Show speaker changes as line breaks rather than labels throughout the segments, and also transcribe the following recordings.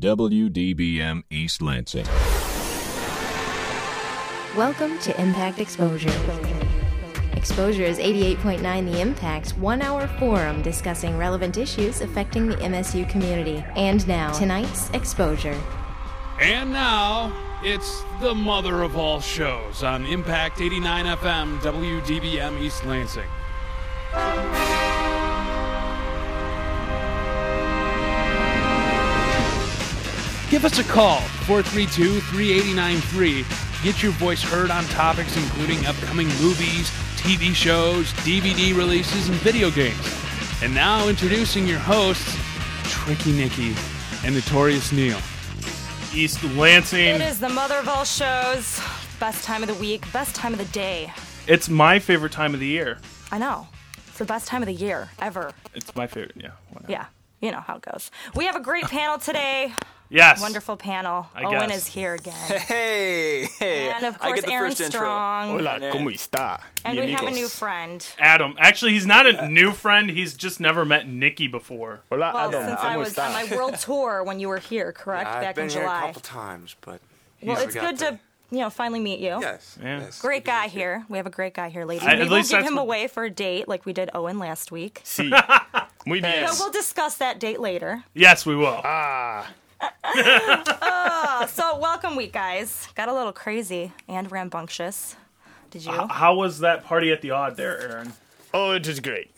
WDBM East Lansing.
Welcome to Impact Exposure. Exposure is 88.9 The Impact's one hour forum discussing relevant issues affecting the MSU community. And now, tonight's Exposure.
And now it's the mother of all shows on Impact 89 FM, WDBM East Lansing. Give us a call, 432 3893. Get your voice heard on topics including upcoming movies, TV shows, DVD releases, and video games. And now introducing your hosts, Tricky Nicky and Notorious Neil.
East Lansing.
It is the mother of all shows. Best time of the week, best time of the day.
It's my favorite time of the year.
I know. It's the best time of the year ever.
It's my favorite. Yeah. why not?
Yeah, you know how it goes. We have a great panel today.
Yes.
Wonderful panel.
I
Owen
guess.
is here again.
Hey, hey.
And of
I
course,
get the
Aaron
first
Strong.
intro. Hola, ¿cómo está?
And
mi
we have a
amigos?
new friend.
Adam. Actually, he's not a new friend. He's just never met Nikki before.
Hola,
Well,
Adam.
since
¿cómo
I was
está?
on my world tour when you were here, correct?
I've
Back
been
in
here
July.
a couple times, but
well,
he's
it's
got
good to, you know, finally meet you.
Yes.
Yeah.
yes.
Great guy here. We have a great guy here, ladies.
I- at
Maybe
least
we'll give
that's
him
what-
away for a date like we did Owen last week.
Sí. Muy bien.
So we'll discuss that date later.
Yes, we will.
So, welcome week, guys. Got a little crazy and rambunctious. Did you?
Ah,
How was that party at the odd there, Aaron?
Oh, it was great.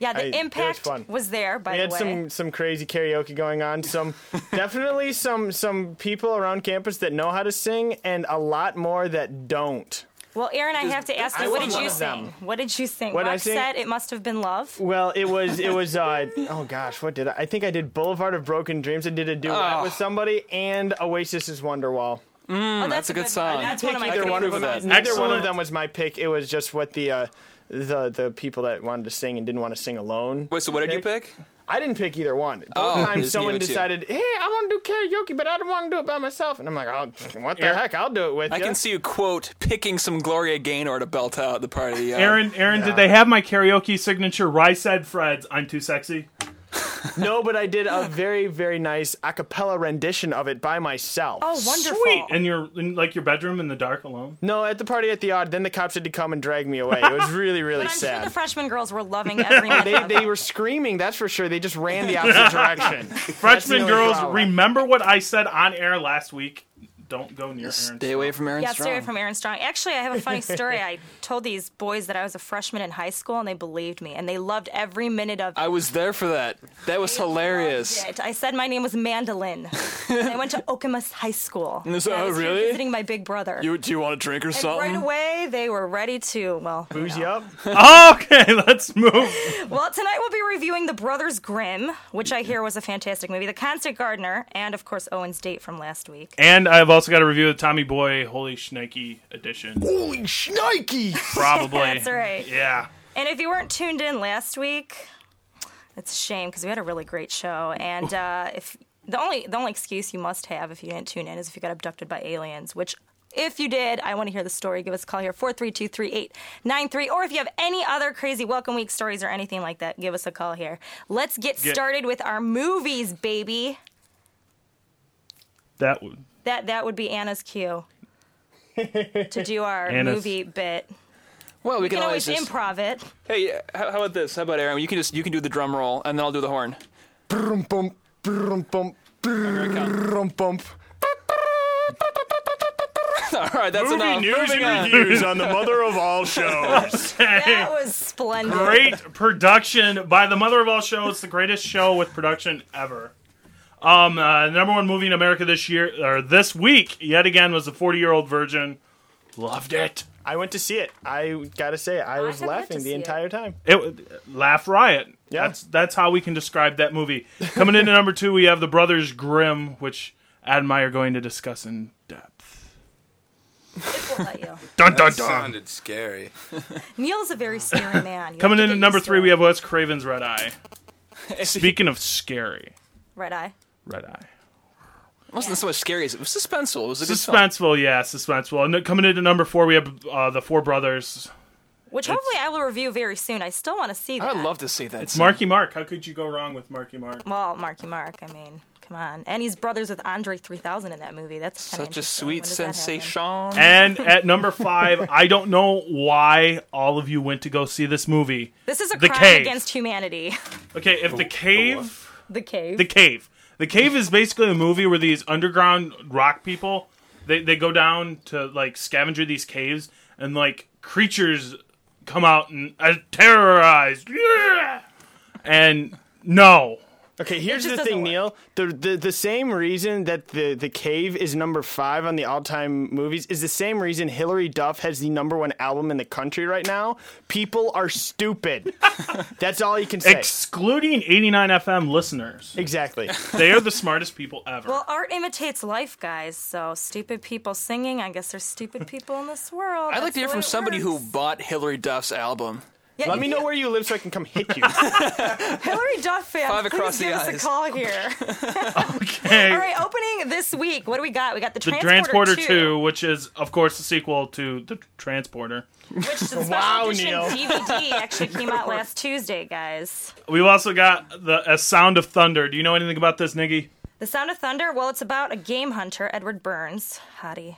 yeah,
I- it
the
was
impact was,
fun.
there, by
We
the
had
way.
some some crazy karaoke going on. Some definitely some some people around campus that know how to sing, and a lot more that don't.
well, Aaron, I have to ask
I
you, what
was
did
one
you
of
sing? What did you sing?
What did I
Roxette,
sing?
It Must Have Been Love.
Well, it was it was uh oh gosh, what did I? I think I did Boulevard of Broken Dreams. I did a duet with somebody and Oasis's Wonderwall.
oh,
that's a good song.
That's one of my
Pick either one of
favorites.
them.
approve of that.
Neither one
Excellent.
of them was my pick. It was just what the uh, the the people that wanted to sing and didn't want to sing alone.
Wait, so what did you pick?
I didn't pick either one. Both
Oh,
times
just
someone
you two.
decided, hey, I want to do karaoke, but I don't want to do it by myself. And I'm like, oh, what the
Aaron-
heck? I'll do it with
I
you.
can see you quote picking some Gloria Gaynor to belt out at the part of the. Uh,
Aaron, Aaron, did they have my karaoke signature? Rice said Fred's "I'm Too Sexy."
No, but I did a very, very nice a cappella rendition of it by myself.
Oh, wonderful.
Sweet. And you're in like your bedroom in the dark alone.
No, at the party at the odd, then the cops had to come and drag me away. It was really, really
But I'm sure the
sad.
freshman girls were loving every minute
they,
of it.
they were screaming, that's for sure. They just ran the opposite direction.
Freshman
That's the only
girls,
problem.
remember what I said on air last week? Don't go near Aaron.
Stay away from Aaron
Yeah,
Strong.
stay away from Aaron Strong. Actually, I have a funny story. I told these boys that I was a freshman in high school, and they believed me, and they loved every minute of
I was there for that. That was hilarious.
it. I said my name was Mandolin. and I went to Okemos High School.
Is that-
And I was here
oh, really?
Visiting my big brother.
You, do you want a drink or
and
something?
right away, they were ready to, well, you
Boozy
know.
up.
Okay, let's move.
well, tonight we'll be reviewing The Brothers Grimm, which I hear was a fantastic movie, The Constant Gardener, and of course, Owen's Date from last week.
And I've also got a review of Tommy Boy Holy Schnikey edition.
Holy shnikes!
Probably.
That's right.
Yeah.
And if you weren't tuned in last week, it's a shame because we had a really great show. And uh, if the only the only excuse you must have if you didn't tune in is if you got abducted by aliens, which if you did, I want to hear the story. Give us a call here, 432 3893. Or if you have any other crazy Welcome Week stories or anything like that, give us a call here. Let's get
Get-
started with our movies, baby.
That would.
That, that would be Anna's cue to do our
Anna's-
movie bit.
well, we
You
can,
can
always
always
just.
improv it.
hey, how, how about this? How about Aaron? You can just you can do the drum roll, and then I'll do the horn.
Brum bump, brum bump, brum bump.
All right, that's
Movie
enough.
news
Moving
and
on.
reviews on the mother of all shows.
That was splendid.
Great production by the mother of all shows, the greatest show with production ever. Um, uh, number one movie in America this year or this week, yet again, was the Forty Year Old Virgin. Loved it.
I went to see it. I gotta say, I
haven't
was
went to
laughing
see
the
it.
entire time.
It w- laugh riot.
Yeah.
That's that's how we can describe that movie. Coming into number two, we have the Brothers Grimm, which Ad and I are going to discuss in depth.
We'll let you.
Dun dun dun.
sounded scary.
Neil's a very scary man. You
Coming
have
in
to
at
get
number
used to
three,
it.
we have Wes Craven's Red Eye. Speaking of scary,
Red Eye.
Red Eye.
It wasn't so much scary. as It was suspenseful. It was a good film.
Suspenseful, yeah, suspenseful. And then coming into number four, we have uh, the Four Brothers.
Which hopefully I will review very soon. I still want to see
I
that.
would love to see that.
It's Marky Mark. How could you go wrong with Marky Mark?
well, Marky Mark, I mean. Come on. And he's brothers with Andre 3000 in that movie. That's kinda
Such a
interesting.
sweet
When does that happen?
sensation.
And at number five, I don't know why all of you went to go see this movie.
This is a
The
crime
Cave.
against humanity.
Okay, if the cave,
The Cave.
the cave, the cave is basically a movie where these underground rock people they they go down to like scavenger these caves and like creatures come out and uh, terrorize. Yeah! And no,
Okay, here's
just
the
doesn't
thing, Neil. The, the the same reason that the the cave is number five on the all time movies is the same reason Hillary Duff has the number one album in the country right now. People are stupid. That's all you can say.
excluding 89 FM listeners,
exactly.
they are the smartest people ever.
Well, art imitates life, guys. So stupid people singing. I guess there's stupid people in this world.
I'd like to hear
That's the way
from
it
somebody who
works.
bought Hillary Duff's album.
Yeah,
Let me know where you live so I can come hit you.
Hillary Duff fan.
Five
please
across the
give us
eyes.
a call here.
okay.
All right, opening this week. What do we got? We got the
The
Transporter,
Transporter 2, which is, of course, the sequel to The Transporter.
which is a special
Wow,
edition
Neil.
DVD actually came out last Tuesday, guys.
We've also got the A Sound of Thunder. Do you know anything about this, Niggy?
The Sound of Thunder. Well, it's about a game hunter, Edward Burns, hottie.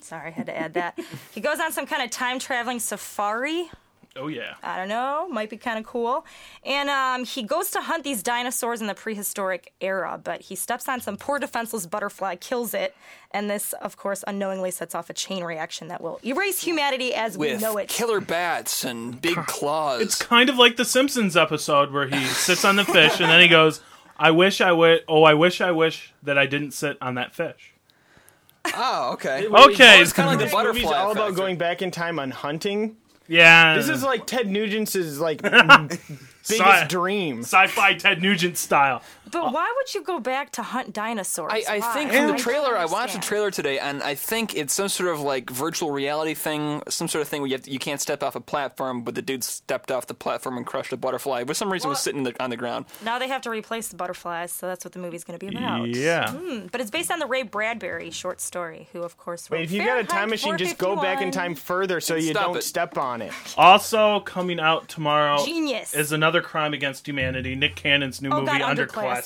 Sorry, had to add that. he goes on some kind of time traveling safari.
Oh, yeah.
I don't know, might be kind of cool. And um, he goes to hunt these dinosaurs in the prehistoric era, but he steps on some poor defenseless butterfly, kills it, and this, of course, unknowingly sets off a chain reaction that will erase humanity as
With
we know it.
killer bats and big claws.
It's kind of like the Simpsons episode where he sits on the fish and then he goes, I wish I would. Oh, I wish I wish that I didn't sit on that fish.
oh, okay.
Okay.
it's kind of like the
This movie's
butterfly.
all about
effect.
going back in time on hunting.
Yeah.
Uh.
This is like Ted Nugent's like
Sci-
biggest dream.
Sci fi Ted Nugent style.
But why would you go back to hunt dinosaurs?
Oh. I, I
Why?
think from the
don't
trailer, I watched the
understand.
trailer today, and I think it's some sort of like virtual reality thing, some sort of thing where you, have to, you can't step off a platform, but the dude stepped off the platform and crushed a butterfly. For some reason, was
Well-
sitting the, on the ground.
Now they have to replace the butterflies, so that's what the movie's going to be about.
Yeah.
Hmm, But it's based on the Ray Bradbury short story, who, of course, wrote
If you got a time
Fahrenheit
machine, just go back
451.
in time further so you
Stop
don't
it.
step on it.
Also coming out tomorrow
Genius.
is another crime against humanity. Nick Cannon's new
Oh,
movie
God,
Underclassmen.
Underclassmen.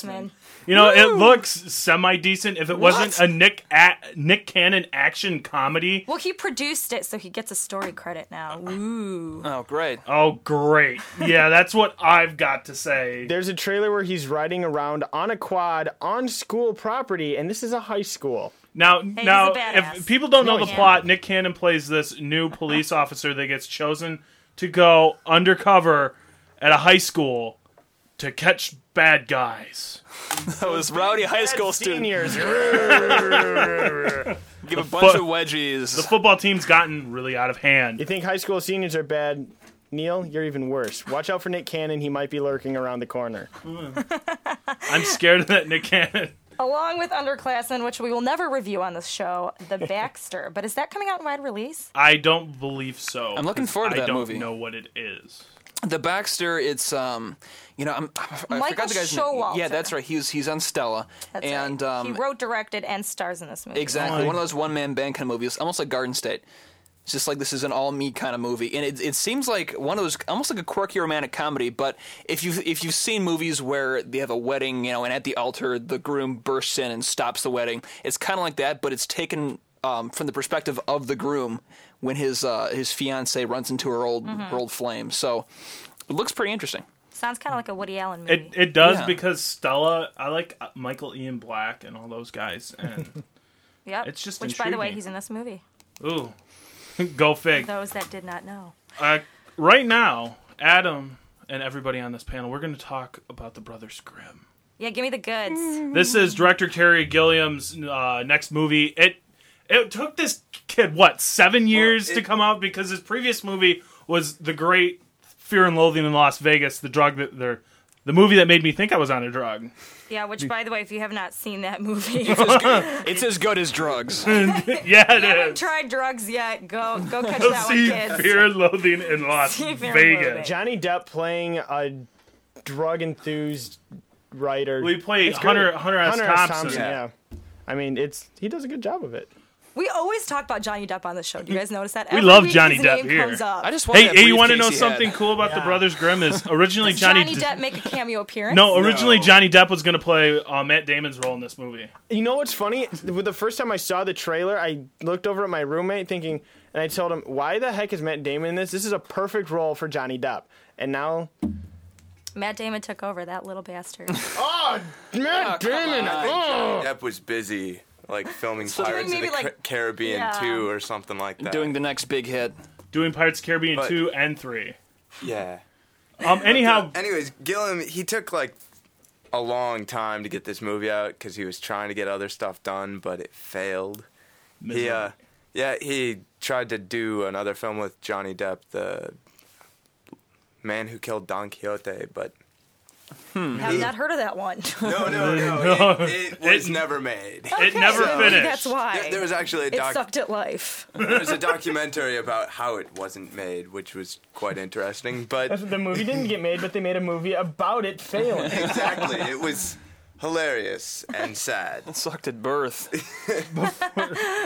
You know, it looks semi decent. If it wasn't
What?
a Nick a- Nick Cannon action comedy,
Well, he produced it, so he gets a story credit now. Ooh.
Oh, great.
oh great! Yeah, that's what I've got to say.
There's a trailer where he's riding around on a quad on school property, and this is a high school.
Now,
a
now,
badass.
if people don't know
No,
the
yeah.
plot, Nick Cannon plays this new police officer that gets chosen to go undercover at a high school to catch bad guys.
Those rowdy high school students
Seniors.
give a bunch
fu-
of wedgies.
The football team's gotten really out of hand.
you think high school seniors are bad? Neil, you're even worse. Watch out for Nick Cannon. He might be lurking around the corner.
I'm scared of that Nick Cannon.
Along with Underclassmen, which we will never review on this show, The Baxter. but is that coming out in wide release?
I don't believe so.
I'm looking forward to
I
that
don't
movie.
know what it is.
The Baxter, it's um, you know, I'm, I
Michael
forgot the guy's
Showalter.
name. Yeah, that's right. He's he's on Stella,
That's
and
right.
um,
he wrote, directed, and stars in this movie.
Exactly. One of those one man band kind of movies, almost like Garden State. It's just like this is an all me kind of movie, and it, it seems like one of those almost like a quirky romantic comedy. But if you if you've seen movies where they have a wedding, you know, and at the altar the groom bursts in and stops the wedding, it's kind of like that, but it's taken um, from the perspective of the groom when his uh, his fiance runs into her old
Mm-hmm.
her old flame. So it looks pretty interesting.
Sounds kind of like a Woody Allen movie.
It it does
Yeah.
because Stella. I like uh, Michael Ian Black and all those guys. And
yep.
it's just
Which, by the way,
intriguing.
he's in this movie.
ooh, go fig.
Those that did not know.
Uh, right now, Adam and everybody on this panel, we're going to talk about the Brothers Grimm.
Yeah, give me the goods.
This is director Terry Gilliam's uh, next movie. It it took this kid what seven years to come out because his previous movie was the great Fear and Loathing in Las Vegas, the drug that they're. The movie that made me think I was on a drug.
Yeah, which, by the way, if you have not seen that movie,
It's as good as drugs.
Hmm. Yeah, it
haven't
is.
tried drugs yet, go go catch that one,
See
kids.
Fear and Loathing in Las
See Fear and
Vegas.
Loathing.
Johnny Depp playing a drug enthused writer.
We played
It's
Hunter
great.
Hunter S.
Hunter
Thompson.
S. Thompson.
Yeah.
Yeah. I mean, it's he does a good job of it.
We always talk about Johnny Depp on the show. Do you guys notice that?
We love
week
Johnny
his
Depp
name
here.
Comes up.
I just want
Hey,
that
hey, you want to
briefcase
know
he had.
something cool about the Brothers Grimm? Is originally
Does Johnny,
Johnny, D-
Depp make a cameo appearance?
No, originally Johnny Depp was going to play uh, Matt Damon's role in this movie.
You know what's funny? With the first time I saw the trailer, I looked over at my roommate thinking, and I told him, "Why the heck is Matt Damon in this? This is a perfect role for Johnny Depp." And now,
Matt Damon took over that little bastard.
Matt Damon.
Depp was busy like filming Pirates of
Maybe
the Car-
like-
Caribbean
yeah.
2 or something like that.
Doing the next big hit.
Doing Pirates of the Caribbean
But-
2 and 3.
yeah.
Um, anyhow,
Anyways, Gillum he took like a long time to get this movie out because he was trying to get other stuff done, but it failed. He, uh, yeah, he tried to do another film with Johnny Depp, the man who killed Don Quixote, but
Have not heard of that one.
no, no, no, it, it was never made.
it never
Okay,
finished.
That's why.
There, there was actually a
it
doc-
sucked at life.
there was a documentary about how it wasn't made, which was quite interesting. But
The movie didn't get made, but they made a movie about it failing.
exactly, it was hilarious and sad.
Sucked at birth.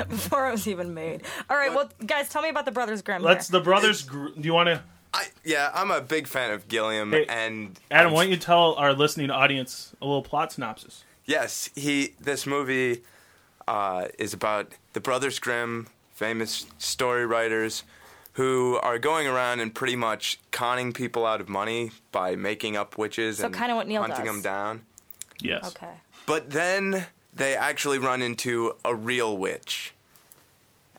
Before it was even made. All right, well, guys, tell me about the Brothers Grimm.
Let's
here.
the brothers. Gr- do you want to,
I, yeah, I'm a big fan of Gilliam,
Hey.
and
Adam? Why don't you tell our listening audience a little plot synopsis?
yes, he. This movie uh, is about the Brothers Grimm, famous story writers, who are going around and pretty much conning people out of money by making up witches and
kinda what Neil
hunting
does.
them down.
Yes.
Okay.
But then they actually run into a real witch.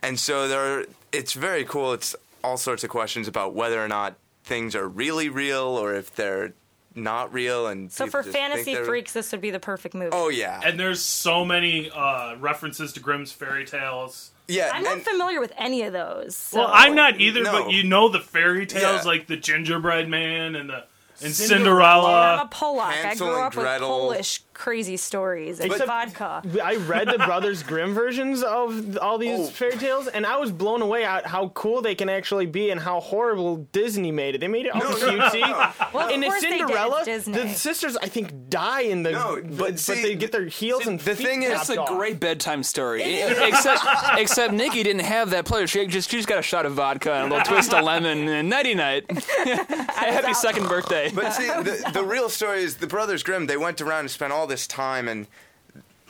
And so there it's very cool. It's all sorts of questions about whether or not things are really real or if they're not real and
So
people
for
just think
fantasy
they're-
freaks, this would be the perfect movie.
Oh yeah.
And there's so many uh, references to Grimm's fairy tales.
yeah.
I'm not
and-
familiar with any of those. so-
Well, I'm not either,
No.
but you know the fairy tales
Yeah.
like the Gingerbread Man and the and
Dude, I'm a
Cinderella.
Polak.
Hansel
I grew
and
up
Gretel.
with Polish crazy stories and
Except-
vodka.
I read the Brothers Grimm versions of all these
Oh.
fairy tales, and I was blown away at how cool they can actually be and how horrible Disney made it. They made it all cutesy.
Well, of
In the
course they did. It's
Cinderella,
Disney.
the sisters I think die in the,
No,
but,
but
but
see,
they get their heels
see,
and
the
feet
thing is-
chopped
That's
That's a
off.
great bedtime story. E- except, except Nikki didn't have that pleasure. She just she just got a shot of vodka and a little twist of lemon and nighty night. Happy second birthday.
But see, the, the real story is the Brothers Grimm, they went around and spent all this time and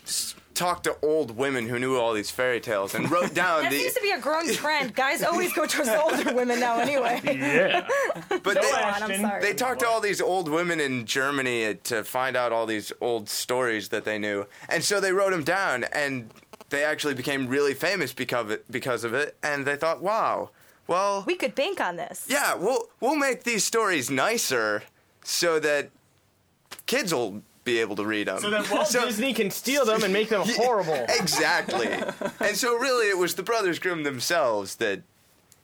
s- talked to old women who knew all these fairy tales and wrote down
That
the
seems to be a grown trend. Guys always go towards the older women now, anyway.
Yeah.
but
Go
they,
on, I'm sorry.
They talked to all these old women in Germany uh, to find out all these old stories that they knew, and so they wrote them down, and they actually became really famous because of it. Because of it, and they thought, "Wow, well,
we could bank on this.
yeah, we'll we'll make these stories nicer so that kids will be able to read them."
So that Walt
So-
Disney can steal them and make them horrible.
exactly. and so, really, it was the brothers Grimm themselves that.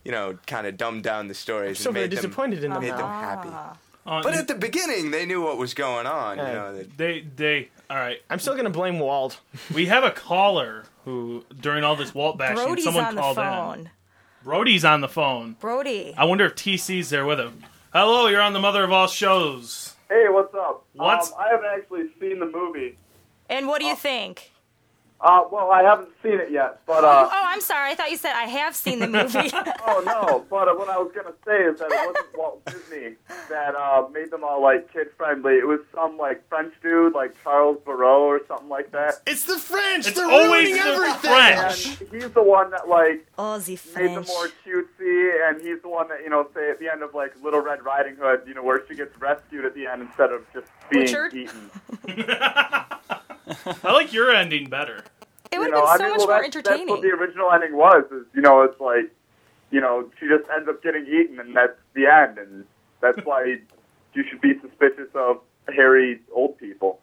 You know, kind of dumbed down the stories.
So
and
very
made
disappointed in them
them, made
now.
them happy.
Uh,
But at the beginning, they knew what was going on. You know, that-
they they all right.
I'm still gonna blame Walt.
We have a caller who during all this Walt bashing,
Brody's
someone
on the
called
phone.
in. Uh, Brody's on the phone.
Brody.
I wonder if TC's there with him. Hello, you're on the mother of all shows.
Hey, what's up?
What's-
Um, I haven't actually seen the movie.
And what do you think?
Uh, well, I haven't seen it yet, but uh,
Oh, I'm sorry. I thought you said I have seen the movie.
oh no. But uh, what I was gonna say is that it wasn't Walt Disney that uh, made them all like kid friendly. It was some like French dude, like Charles Barreau or something like that.
It's the French.
It's always the
And
French.
he's the one that like
Aussie
made them
French.
more cutesy, and he's the one that you know say at the end of like Little Red Riding Hood, you know where she gets rescued at the end instead of just being
Richard?
eaten.
I like your ending better.
It
you
would
know,
have
I
been so
mean,
much
well,
more
that's, that's what the
entertaining.
original ending was. Is you know, it's like, you know, she just ends up getting eaten, and that's the end, and that's why you should be suspicious of hairy old people.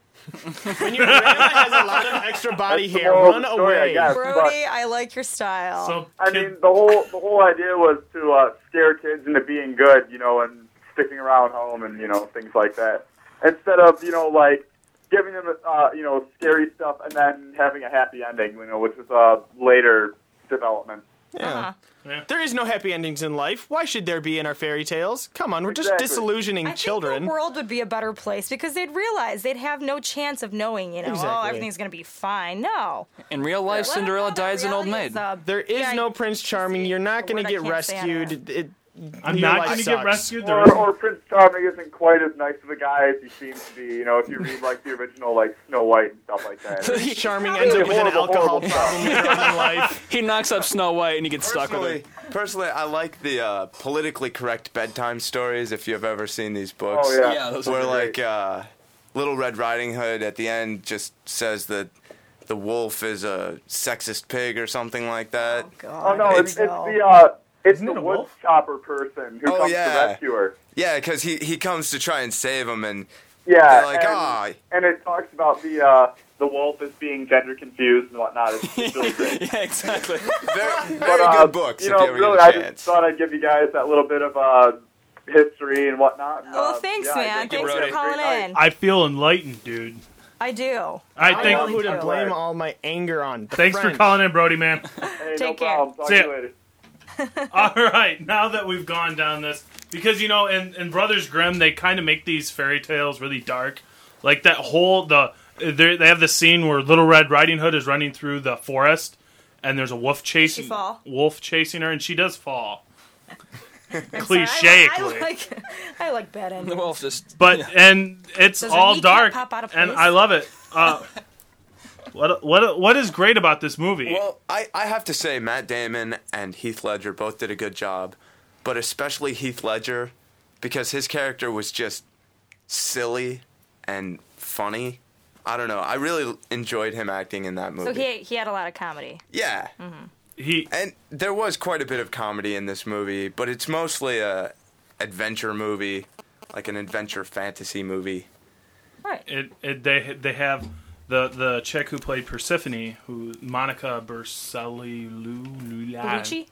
When your grandma has a lot of extra body
That's the
hair,
moral of
run
the story, I
away.
guess.
Brody, I like your style.
So
I
kid-
mean, the whole the whole idea was to uh, scare kids into being good, you know, and sticking around home, and you know, things like that, instead of you know, like giving them uh, you know scary stuff and then having a happy ending, you know, which was a later uh, development.
Uh-huh.
There is no happy endings in life. Why should there be in our fairy tales? Come on, we're just
Exactly.
disillusioning
I
children.
think the world would be a better place because they'd realize they'd have no chance of knowing, you know, oh,
Exactly.
everything's going to be fine. No.
In real life,
Let 'em
Cinderella
know that
dies an old
reality
maid.
is, uh,
there is
yeah,
no Prince Charming. You're not
a
going
word
to
I
get
can't say on
rescued. It,
I'm
your
not
life
going to get
sucks.
rescued. There
Or,
is
or Prince Charming isn't quite as nice of a guy as he seems to be. You know, if you read like the original like Snow White and stuff like that.
Prince Charming ends up with an
Horrible,
alcohol
horrible
problem later on in life.
He knocks up Snow White and he gets stuck with her.
Personally, personally, I like the uh, politically correct bedtime stories. If you've ever seen these books,
Oh, yeah.
Yeah, those
where
are
like
great.
uh, Little Red Riding Hood at the end just says that the wolf is a sexist pig or something like that.
God.
Oh no, it's, it's
No.
the uh, it's
Isn't it
the
a
wood
wolf?
chopper person who
Oh,
comes
yeah.
to rescue her.
Yeah, because he he comes to try and save him, and
Yeah,
They're like,
and,
"Ah."
and it talks about the uh, the wolf as being gender confused and whatnot. It's, it's really great.
yeah, exactly.
very, very
But, uh,
good books.
You know,
if you ever
really,
get a
I
chance.
just thought I'd give you guys that little bit of uh, history and whatnot. And,
Well,
uh,
thanks,
yeah, I
man.
think you
Thanks
guys
for
have a great
calling
night.
in.
I feel enlightened, dude.
I do.
I
I
think.
know who to
Thank-
blame all my anger on. The
Thanks for
French.
calling in, Brody man.
Hey,
Take
no
care.
problem. Talk
See
to
ya.
you later.
All right, now that we've gone down this, because you know, in, in Brothers Grimm, they kind of make these fairy tales really dark. Like that whole the they they have the scene where Little Red Riding Hood is running through the forest, and there's a wolf chasing
fall?
wolf chasing her, and she does fall.
Sorry, I, I
Clicheically.
like I like bad
The
endings.
wolf just.
but and it's
Does a
all
kneecap
dark,
pop out of
and
place?
I love it. Uh, what what what is great about this movie?
Well, I, I have to say Matt Damon and Heath Ledger both did a good job, but especially Heath Ledger because his character was just silly and funny. I don't know. I really enjoyed him acting in that
So
movie.
he Mm-hmm. he had a lot of comedy.
yeah.
he
And there was quite a bit of comedy in this movie, but it's mostly a adventure movie, like an adventure fantasy movie.
Right.
it, it they they have the the chick who played Persephone, who Monica Bersagliu.
Gucci.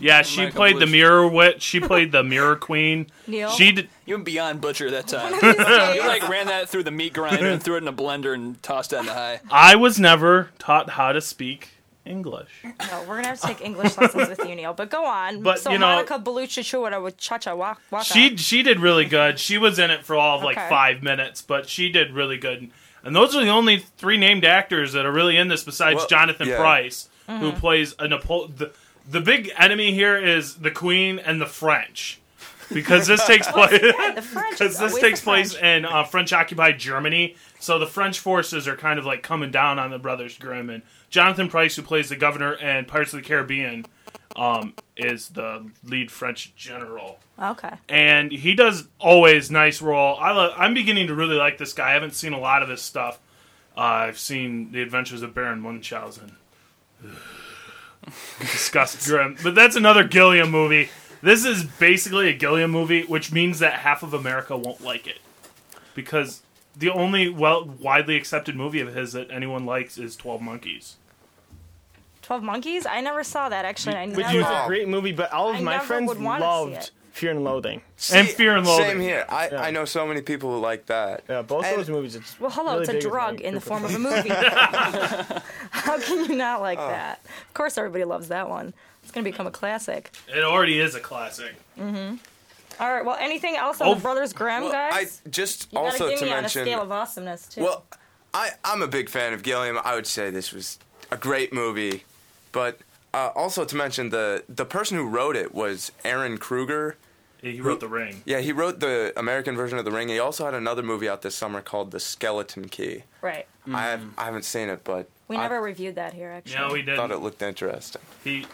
Yeah, she
Monica
played the
Bellucci.
mirror witch. She played the mirror queen.
Neil.
She did,
You went beyond butcher that time.
Gucci.
You like ran that through the meat grinder and threw it in a blender and tossed it in the high.
I was never taught how to speak English.
No, we're gonna have to take English lessons with you, Neil. But go on.
But,
so
you know-
Monica Bellucci, Chihuahua, with Cha Cha Walk. walk
She she did really good. She was in it for all of like
Okay.
five minutes, but she did really good. And those are the only three named actors that are really in this besides
Well,
Jonathan
yeah.
Price, who
Mm-hmm.
plays a Napoleon. The, the big enemy here is the Queen and the French, because this takes place.
on. the French.
Because
is
this
always
takes
the
place in
French.
uh, French occupied Germany, so the French forces are kind of like coming down on the Brothers Grimm, and Jonathan Price, who plays the governor and Pirates of the Caribbean, um, is the lead French general,
Okay.
and he does always nice role. I lo- I'm beginning to really like this guy. I haven't seen a lot of his stuff. Uh, I've seen The Adventures of Baron Munchausen. Disgust grim, but that's another Gilliam movie. This is basically a Gilliam movie, which means that half of America won't like it because the only well widely accepted movie of his that anyone likes is Twelve Monkeys.
Twelve Monkeys. I never saw that actually. I
Which
never.
was a great movie, but all of
I
my
never
friends
would wanna see
loved
it.
Fear and Loathing.
And Fear and Loathing.
Same here. I, I know so many people who like that.
Yeah, both
And-
those movies. It's
Well, hello,
really
it's
big
a
with my
drug in the
group
form of a movie. How can you not like
Oh.
that? Of course, everybody loves that one. It's going to become a classic.
It already is a classic.
All right, well, anything else on
Oh,
the Brothers Grimm,
Well, I
guys?
just
you
also
gotta give
to
me
mention
on a scale of awesomeness, too.
Well, I, I'm a big fan of Gilliam. I would say this was a great movie, but uh, also to mention the the person who wrote it was Aaron Kruger.
He wrote The Ring.
Yeah, he wrote the American version of The Ring. He also had another movie out this summer called The Skeleton Key.
right.
I, have, I haven't seen it, but
We
I
never reviewed that here, actually.
No, he
thought
didn't.
it looked interesting.
He.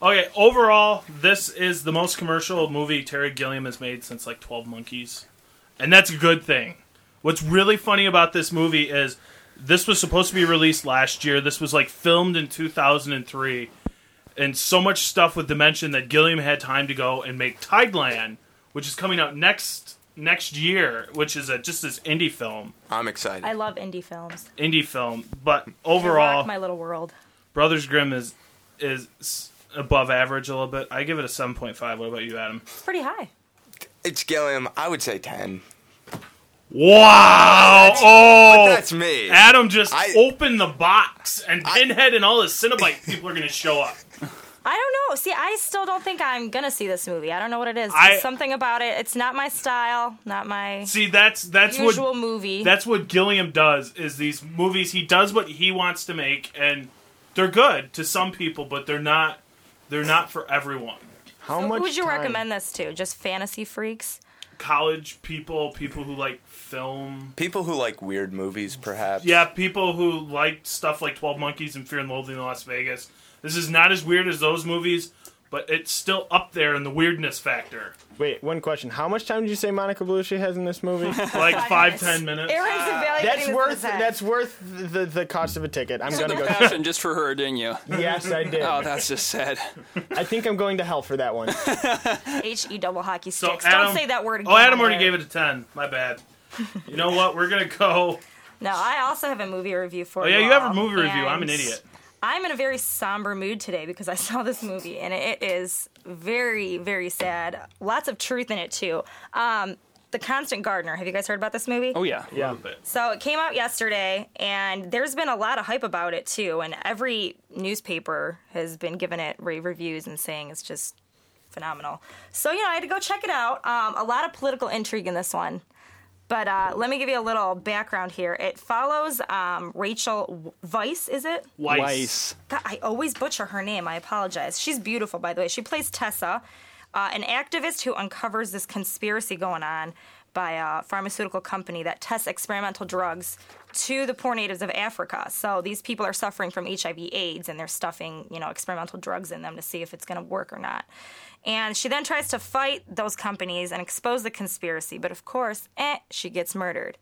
Okay, overall, this is the most commercial movie Terry Gilliam has made since like 12 Monkeys. And that's a good thing. What's really funny about this movie is this was supposed to be released last year. This was like filmed in 2003. And so much stuff with Dimension that Gilliam had time to go and make Tideland, which is coming out next next year, which is a, just this indie film.
I'm excited.
I love indie films.
Indie film. But
They
overall.
rock my little world.
Brothers Grimm is is s- above average a little bit. I give it a seven point five. What about you, Adam?
It's pretty high.
it's Gilliam. I would say 10.
Wow! Oh,
That's me.
Adam just
I-
opened the box, and Pinhead and all the Cinnabite people are going to show up.
I don't know. See, I still don't think I'm gonna see this movie. I don't know what it is.
I-
There's something about it. It's not my style. Not my
See, that's that's
usual
what
movie.
that's what Gilliam does is these movies. He does what he wants to make, and they're good to some people, but they're not they're not for everyone.
How
Who
much
would you
time?
recommend this to? Just fantasy freaks.
College people, people who like film,
People who like weird movies, perhaps.
yeah, people who like stuff like Twelve Monkeys and Fear and Loathing in Las Vegas. This is not as weird as those movies, but it's still up there in the weirdness factor.
Wait, one question. How much time did you say Monica Bellucci has in this movie?
Like five ten minutes.
Aaron's evaluating
that's
this
worth
in his
that's worth the, the cost of a ticket. I'm
Took
gonna go.
a passion just for her, didn't you?
Yes, I did.
Oh, that's just sad.
I think I'm going to hell for that one.
head. H E double hockey
So
sticks.
Adam,
Don't say that word.
Oh,
again
Adam
on
already
air.
gave it a ten. My bad. You know what? We're gonna go.
No, I also have a movie review for
Oh
you.
yeah, you have
all,
a movie review. I'm an
and
idiot.
I'm in a very somber mood today because I saw this movie and it is very, very sad. Lots of truth in it too. Um, the Constant Gardener. Have you guys heard about this movie?
Oh yeah.
Yeah.
So it came out yesterday, and there's been a lot of hype about it too. And every newspaper has been giving it rave reviews and saying it's just phenomenal. So you know, I had to go check it out. Um, a lot of political intrigue in this one. But uh, let me give you a little background here. It follows um, Rachel Weiss, is it?
Weiss.
God, I always butcher her name. I apologize. She's beautiful, by the way. She plays Tessa, uh, an activist who uncovers this conspiracy going on by a pharmaceutical company that tests experimental drugs to the poor natives of Africa. So these people are suffering from HIV/AIDS, and they're stuffing, you know, experimental drugs in them to see if it's going to work or not. And she then tries to fight those companies and expose the conspiracy, but of course, eh, she gets murdered.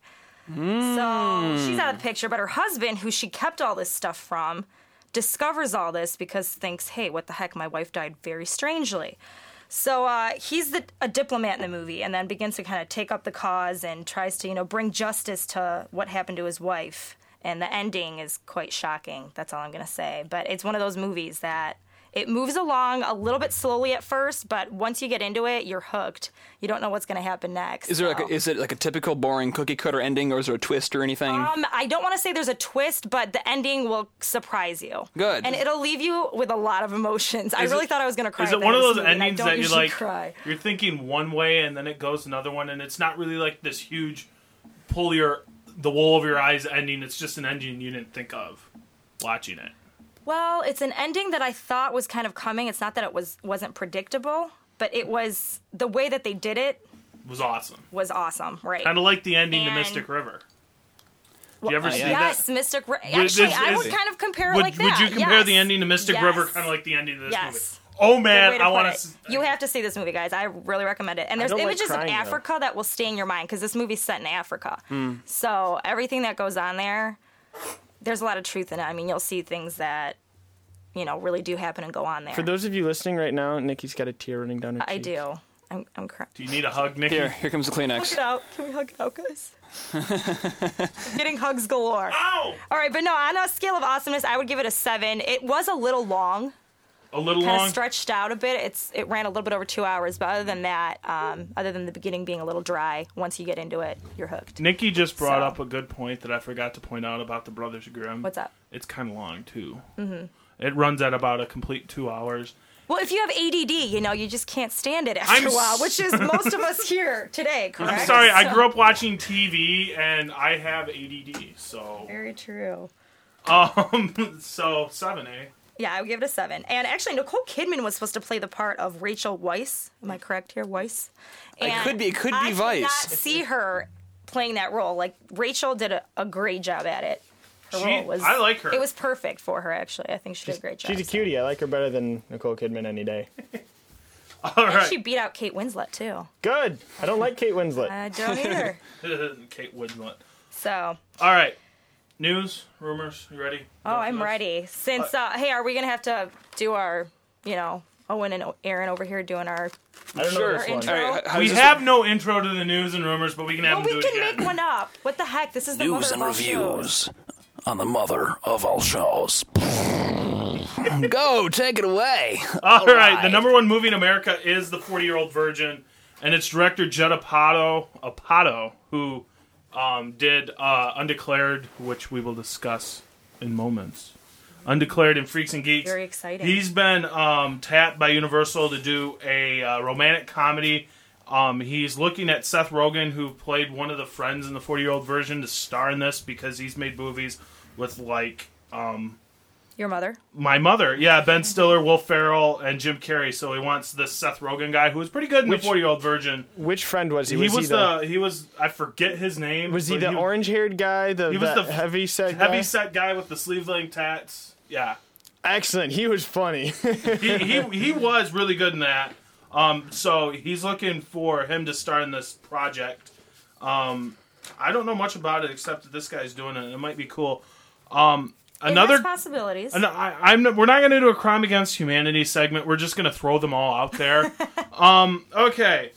Hmm.
So she's out of the picture, but her husband, who she kept all this stuff from, discovers all this because thinks, hey, what the heck, my wife died very strangely. So uh, he's the, a diplomat in the movie and then begins to kind of take up the cause and tries to, you know, bring justice to what happened to his wife. And the ending is quite shocking. That's all I'm going to say. But it's one of those movies that it moves along a little bit slowly at first, but once you get into it, you're hooked. You don't know what's going to happen next.
Is there like
so.
a, is it like a typical boring cookie cutter ending, or is there a twist or anything?
Um, I don't want to say there's a twist, but the ending will surprise you.
Good.
And it'll leave you with a lot of emotions. I
Is
really
it-
thought I was going to cry.
Is
at
it
the
one of
end
those
this movie, and I
endings
don't
that you're
usually
like
Cry.
you're thinking one way and then it goes another one and it's not really like this huge pull your the wool over your eyes ending. It's just an ending you didn't think of watching it.
Well, it's an ending that I thought was kind of coming. It's not that it was wasn't predictable, but it was the way that they did it
It was awesome.
was awesome, right?
Kind of like the ending
And-
to Mystic River. Did you ever see
yes,
that?
Mystic. Ri- Actually,
this-
I would
is-
kind of compare it
Would,
like
would
that.
you compare the
yes.
ending to Mystic
Yes.
River, kind of like the ending to this
Yes.
movie? Oh
Good
man,
way to
I
put
want
it.
to.
You have to see this movie, guys. I really recommend it. And there's
don't like
images
crying,
of
though.
Africa that will stay in your mind because this movie's set in Africa.
Hmm.
So everything that goes on there, there's a lot of truth in it. I mean, you'll see things that you know really do happen and go on there.
For those of you listening right now, Nikki's got a tear running down her cheek.
I do. I'm, I'm crying.
Do you need a hug, Nikki?
Here, here comes the
Hug
Kleenex.
it out. Can we hug it out, guys? I'm getting hugs galore.
Ow!
All right, but no, on a scale of awesomeness, I would give it a seven. It was a little long.
A little
kind
long.
of stretched out a bit. It's it ran a little bit over two hours, but other than that, um, other than the beginning being a little dry, once you get into it, you're hooked.
Nikki just brought
So-
up a good point that I forgot to point out about the Brothers Grimm.
What's up?
It's kind of long too. Mm-hmm. It runs at about a complete two hours.
Well, if you have ADD, you know you just can't stand it after
I'm
a while,
s-
which is most of us here today. Correct?
I'm sorry, I grew up watching TV and I have ADD, so
Very true.
um, so seven eh?
Yeah, I would give it a seven. And actually, Nicole Kidman was supposed to play the part of Rachel Weiss. Am I correct here, Weiss? And
could be- it could be
I
Weiss.
I did not see her playing that role. Like Rachel did a, a great job at it. Her
She-
role was.
I like her.
It was perfect for her. Actually, I think she did a great job.
She's a cutie. I like her better than Nicole Kidman any day.
All
And
right,
she beat out Kate Winslet too.
Good. I don't like Kate Winslet.
I don't either.
Kate Winslet.
So,
All right, news, rumors. You ready?
oh, I'm ready. Since uh, hey, are we gonna have to do our, you know, Owen and Aaron over here doing our?
I don't know
Sure.
this
Our
one.
intro-
All right, how
We
does this-
have no intro to the news and rumors, but we can have
Well,
them
we
do
can
it again.
make one up. What the heck? This is the
News
mother
and
of all
reviews
shows.
on the mother of all shows.
Go, take it away.
All right. the number one movie in America is The 40 Year Old Virgin, and its director, Judd Apatow, Apatow who um, did uh, Undeclared, which we will discuss in moments. Undeclared and Freaks and Geeks.
Very exciting.
He's been um, tapped by Universal to do a uh, romantic comedy. Um, he's looking at Seth Rogen, who played one of the friends in the 40 year old version, to star in this because he's made movies with like um,
Your mother.
my mother, yeah, Ben Stiller, Will Ferrell, and Jim Carrey. So he wants this Seth Rogen guy who was pretty good in
Which-
the 40 year old version.
Which friend was he?
He was, the, he was I forget his name.
was he
but
the orange-haired guy? The,
He was the
heavy set.
heavy set guy with the sleeve length tats? Yeah.
Excellent. He was funny.
he, he he was really good in that. Um, so he's looking for him to start in this project. Um, I don't know much about it except that this guy's doing it. and It might be cool. Um,
Another
another.
possibilities.
an- Uh, I, I'm not- we're not going to do a crime against humanity segment. We're just going to throw them all out there. um, okay.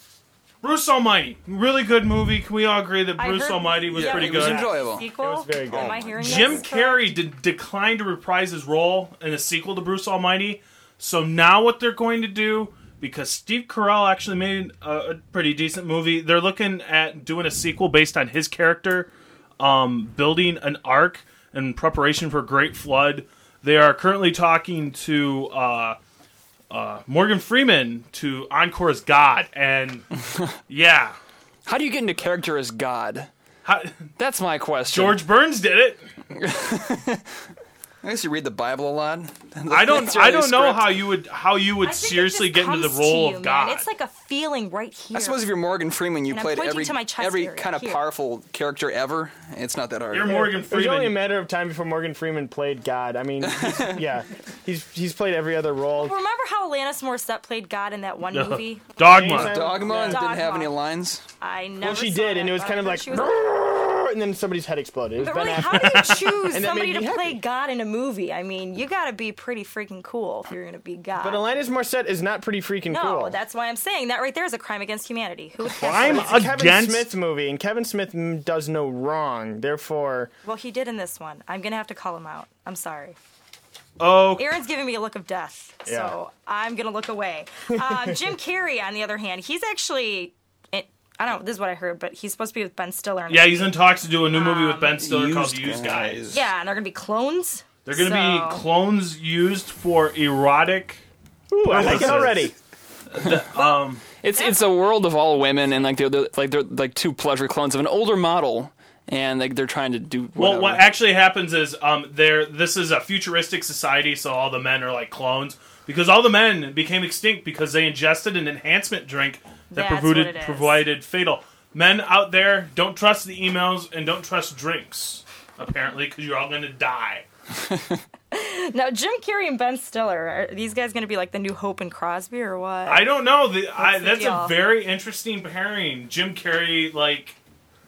Bruce Almighty, really good movie. Can we all agree that
I
Bruce
heard-
Almighty was
yeah,
pretty
it
good?
was enjoyable.
Sequel.
was very good.
Am I hearing
Jim
this
Carrey de- declined to reprise his role in the sequel to Bruce Almighty. So now what they're going to do, because Steve Carell actually made a, a pretty decent movie, they're looking at doing a sequel based on his character, um, building an ark in preparation for a Great Flood. They are currently talking to uh, uh, Morgan Freeman to encore as God, and yeah,
How do you get into character as God?
How-
That's my question.
George Burns did it.
I guess you read the Bible a lot.
I don't.
That's
I
really
don't know
script.
how you would how you would
I think it
seriously
just
get into the
comes to
role
you,
of God.
Man. It's like a feeling right here.
I suppose if you're Morgan Freeman, you
And I'm
played
pointing
every
to my chest
every
area,
kind of
here.
powerful character ever. It's not that hard.
You're Morgan
It was only a
Freeman.
matter of time before Morgan Freeman played God. I mean, he's, yeah, he's he's played every other role.
Remember how Alanis Morissette played God in that one movie?
Dogma.
Uh, Dogma and
Yeah.
didn't have
Dogma.
any lines.
I never.
Well, she
saw
did,
that,
and it was
but
kind
I
of
heard
like,
She was,
and then somebody's head exploded. It was
but
Ben
really,
Affleck.
how do you choose
And that
somebody
made
to
me
play
happy.
God in a movie? I mean, you got to be pretty freaking cool if you're going to be God.
But Alanis Morissette is not pretty freaking
no,
cool.
that's why I'm saying that right there is a crime against humanity. Who?
I'm
It's a Kevin
against.
Smith movie, and Kevin Smith mm, does no wrong. Therefore,
Well, he did in this one. I'm going to have to call him out. I'm sorry.
Oh,
Aaron's giving me a look of death,
Yeah.
so I'm gonna look away. Um, Jim Carrey, on the other hand, he's actually. It, I don't. This is what I heard, but he's supposed to be with Ben Stiller. in the
yeah.
movie.
He's in talks to do a new movie with Ben Stiller called Used Guys.
Um, Yeah, and they're gonna be clones.
They're going to
So-
be clones used for erotic.
ooh, I like it
Purposes.
already.
It's it's a world of all women, and like they're, they're like they're like two pleasure clones of an older model, and like they're trying to do.
Well,
Whatever.
what actually happens is um, there. This is a futuristic society, so all the men are like clones because all the men became extinct because they ingested an enhancement drink that
That's what
provided
it is.
provided fatal. Men out there don't trust the emails and don't trust drinks apparently because you're all going to die.
now Jim Carrey and Ben Stiller. Are these guys gonna be like the new Hope and Crosby or what?
I don't know. The, I,
the
that's a
deal?
very interesting pairing. Jim Carrey like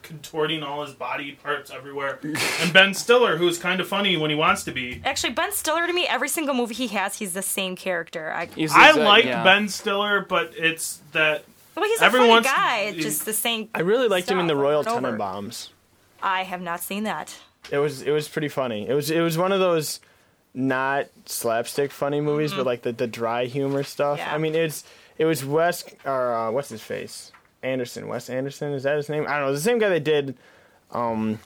contorting all his body parts everywhere, and Ben Stiller, who is kind of funny when he wants to be.
Actually, Ben Stiller to me, every single movie he has, he's the same character. I,
He's-
I
he's a-
like
yeah.
Ben Stiller, but it's that
well, he's a
everyone
funny
wants to-
guy. It's just the same.
I really liked him in the
stuff
Royal
over and over.
Tenenbaums.
I have not seen that.
It was it was pretty funny. It was it was one of those not slapstick funny movies, but like the, the dry humor stuff.
Mm-hmm. Yeah.
I mean, it's it was Wes or uh, what's his face Anderson. Wes Anderson is that his name? I don't know. It's the same guy that did um,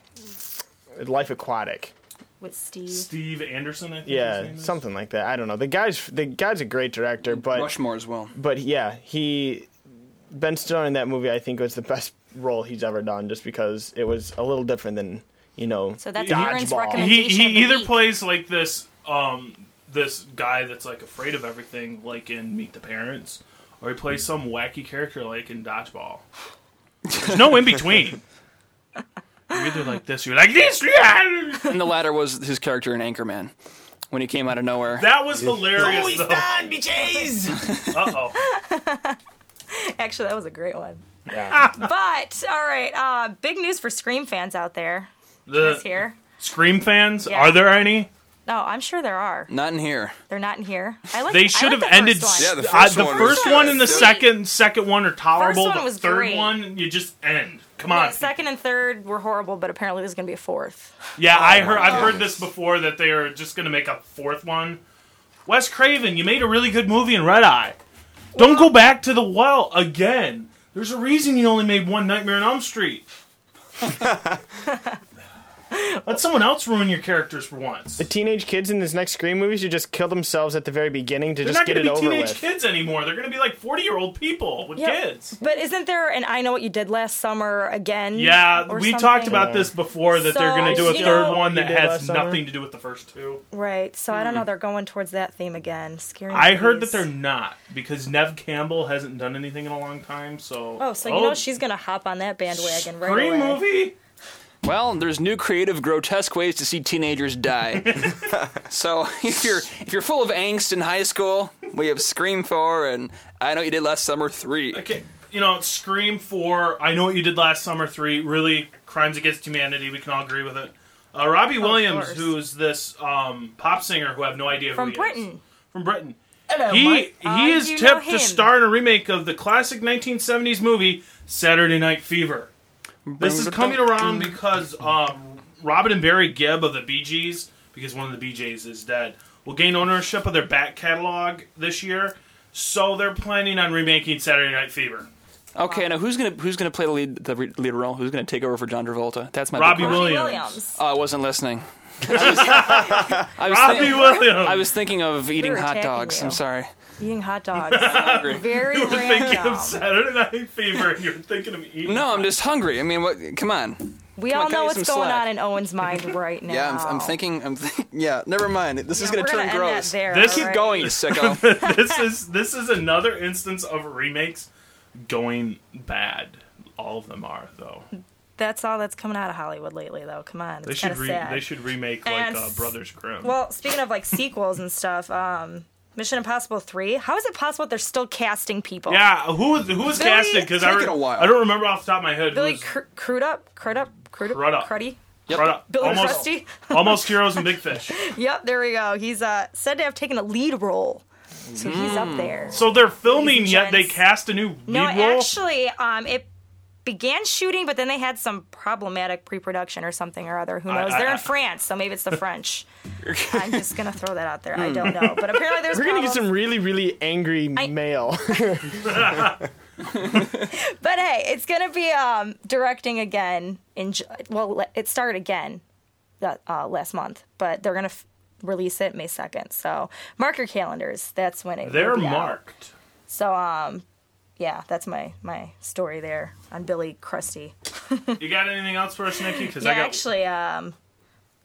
Life Aquatic.
With Steve,
Steve Anderson. I think his name
Yeah,
is.
something like that. I don't know. The guy's the guy's a great director, but
Rushmore as well.
but yeah, he Ben Stiller in that movie I think was the best role he's ever done, just because it was a little different than you know.
so that's
Dodgeball.
Aaron's
He-
He
recommendation. of the
he either
week.
plays like this um this guy that's like afraid of everything, like in Meet the Parents, or he plays some wacky character like in Dodgeball. There's no in between. You're either like this, you're like this. yeah!"
And the latter was his character in Anchorman, when he came out of nowhere.
That was hilarious. though. Uh oh.
Actually, that was a great one.
Yeah.
But all right, uh, big news for Scream fans out there. Is
The
here?
Scream fans,
Yeah.
are there any?
No, I'm sure there are.
Not in here.
They're not in here. I like.
They should
I
have
like the
ended.
First
s-
one.
Yeah, the
uh,
first
the
one was
first
good.
one and the
Third-
second second one are tolerable.
one
the
was
third
great.
one, you just end. Come
Yeah,
on.
second and third were horrible, but apparently there's going to be a fourth.
Yeah, I
Oh
heard. I've heard this before that they are just going to make a fourth one. Wes Craven, you made a really good movie in Red Eye. Don't go back to the well again. There's a reason you only made one Nightmare on Elm Street. Let someone else ruin your characters for once.
The teenage kids in this next Scream movie should just kill themselves at the very beginning to
They're
just
not
get
going
it
to be
over
teenage
with.
kids anymore. They're going to be like 40 year old people with
Yeah.
kids.
But isn't there an I Know What You Did Last Summer again?
Yeah,
or
we
something?
talked about this before that they're
So,
going to do a
you
third
know-
one that
You did
has
last summer?
nothing to do with the first two.
Right, so I don't know. They're going towards that theme again. Scary.
I heard that
movies.
they're not because Nev Campbell hasn't done anything in a long time. So
Oh, so you know she's gonna hop on that bandwagon right
Scream
away.
movie.
Well, there's new creative, grotesque ways to see teenagers die. so if you're if you're full of angst in high school, we have Scream Four and I know what you did last summer three.
Okay, you know Scream Four. I know what you did last summer. Three really crimes against humanity. We can all agree with it. Uh, Robbie Williams,
course.
who's this um, pop singer who I have no idea
From
who he is.
Britain.
From Britain.
Hello,
He
Uh,
he is
you know
tipped to
him.
star in a remake of the classic 1970s movie Saturday Night Fever. This is coming around because um, Robin and Barry Gibb of the Bee Gees, because one of the Bee Gees is dead, will gain ownership of their back catalog this year. So they're planning on remaking Saturday Night Fever.
Okay, now who's gonna who's gonna play the lead the re- lead role? Who's gonna take over for John Travolta? That's my big
Robbie
question.
Robbie
Williams.
Williams.
Oh, I wasn't listening. I was,
Robbie
thi-
Williams.
I was thinking of eating
were
hot
attacking
dogs.
you.
I'm sorry.
Eating hot dogs. Very
you were thinking
random.
of Saturday Night Fever. and You were thinking of eating.
No, I'm just hungry. I mean, what? Come on.
We
Come on,
all
cut
know
me
what's
some
going
slack.
on in Owen's mind right now.
Yeah, I'm, I'm thinking. I'm think- Yeah, never mind. This is
Yeah,
gonna
we're
turn
gonna end
gross.
That there,
This-
all
Keep
right?
going, you sicko.
this is this is another instance of remakes going bad. All of them are though.
That's all that's coming out of Hollywood lately, though. Come on,
They
it's
should
kinda
re-
sad.
they should remake like
And
uh,
s-
Brothers Grimm.
Well, speaking of like sequels and stuff, um, Mission Impossible Three. How is it possible they're still casting people?
yeah, who was who was
Billy-
casted? Because I,
Take
re-
it a while.
I don't remember off the top of my head.
Billy
who was,
Cr- Crudup, Crudup, Crudup,
Crudup.
Cruddy,
Right,
Billy
almost,
Crusty.
almost heroes and big fish.
Yep, there we go. He's uh, said to have taken a lead role, so he's up there.
So they're filming, yet they
gents.
cast a new Mm. lead
No,
role.
actually, um, it began shooting, but then they had some problematic pre-production or something or other. Who
I-
knows?
I-
They're
I-
in France, so maybe it's the French. I'm just gonna throw that out there.
Hmm.
I don't know, but apparently there's
We're gonna get
problems.
some really, really angry mail.
But hey, it's gonna be um, directing again. In Ju- well, le- it started again that, uh, last month, but they're gonna f- release it May second. So mark your calendars. That's when it. will
they're
be out.
marked.
So um, yeah, that's my my story there on Billy Crusty.
You got anything else for us, Nikki? Because
Yeah,
I got
actually, um,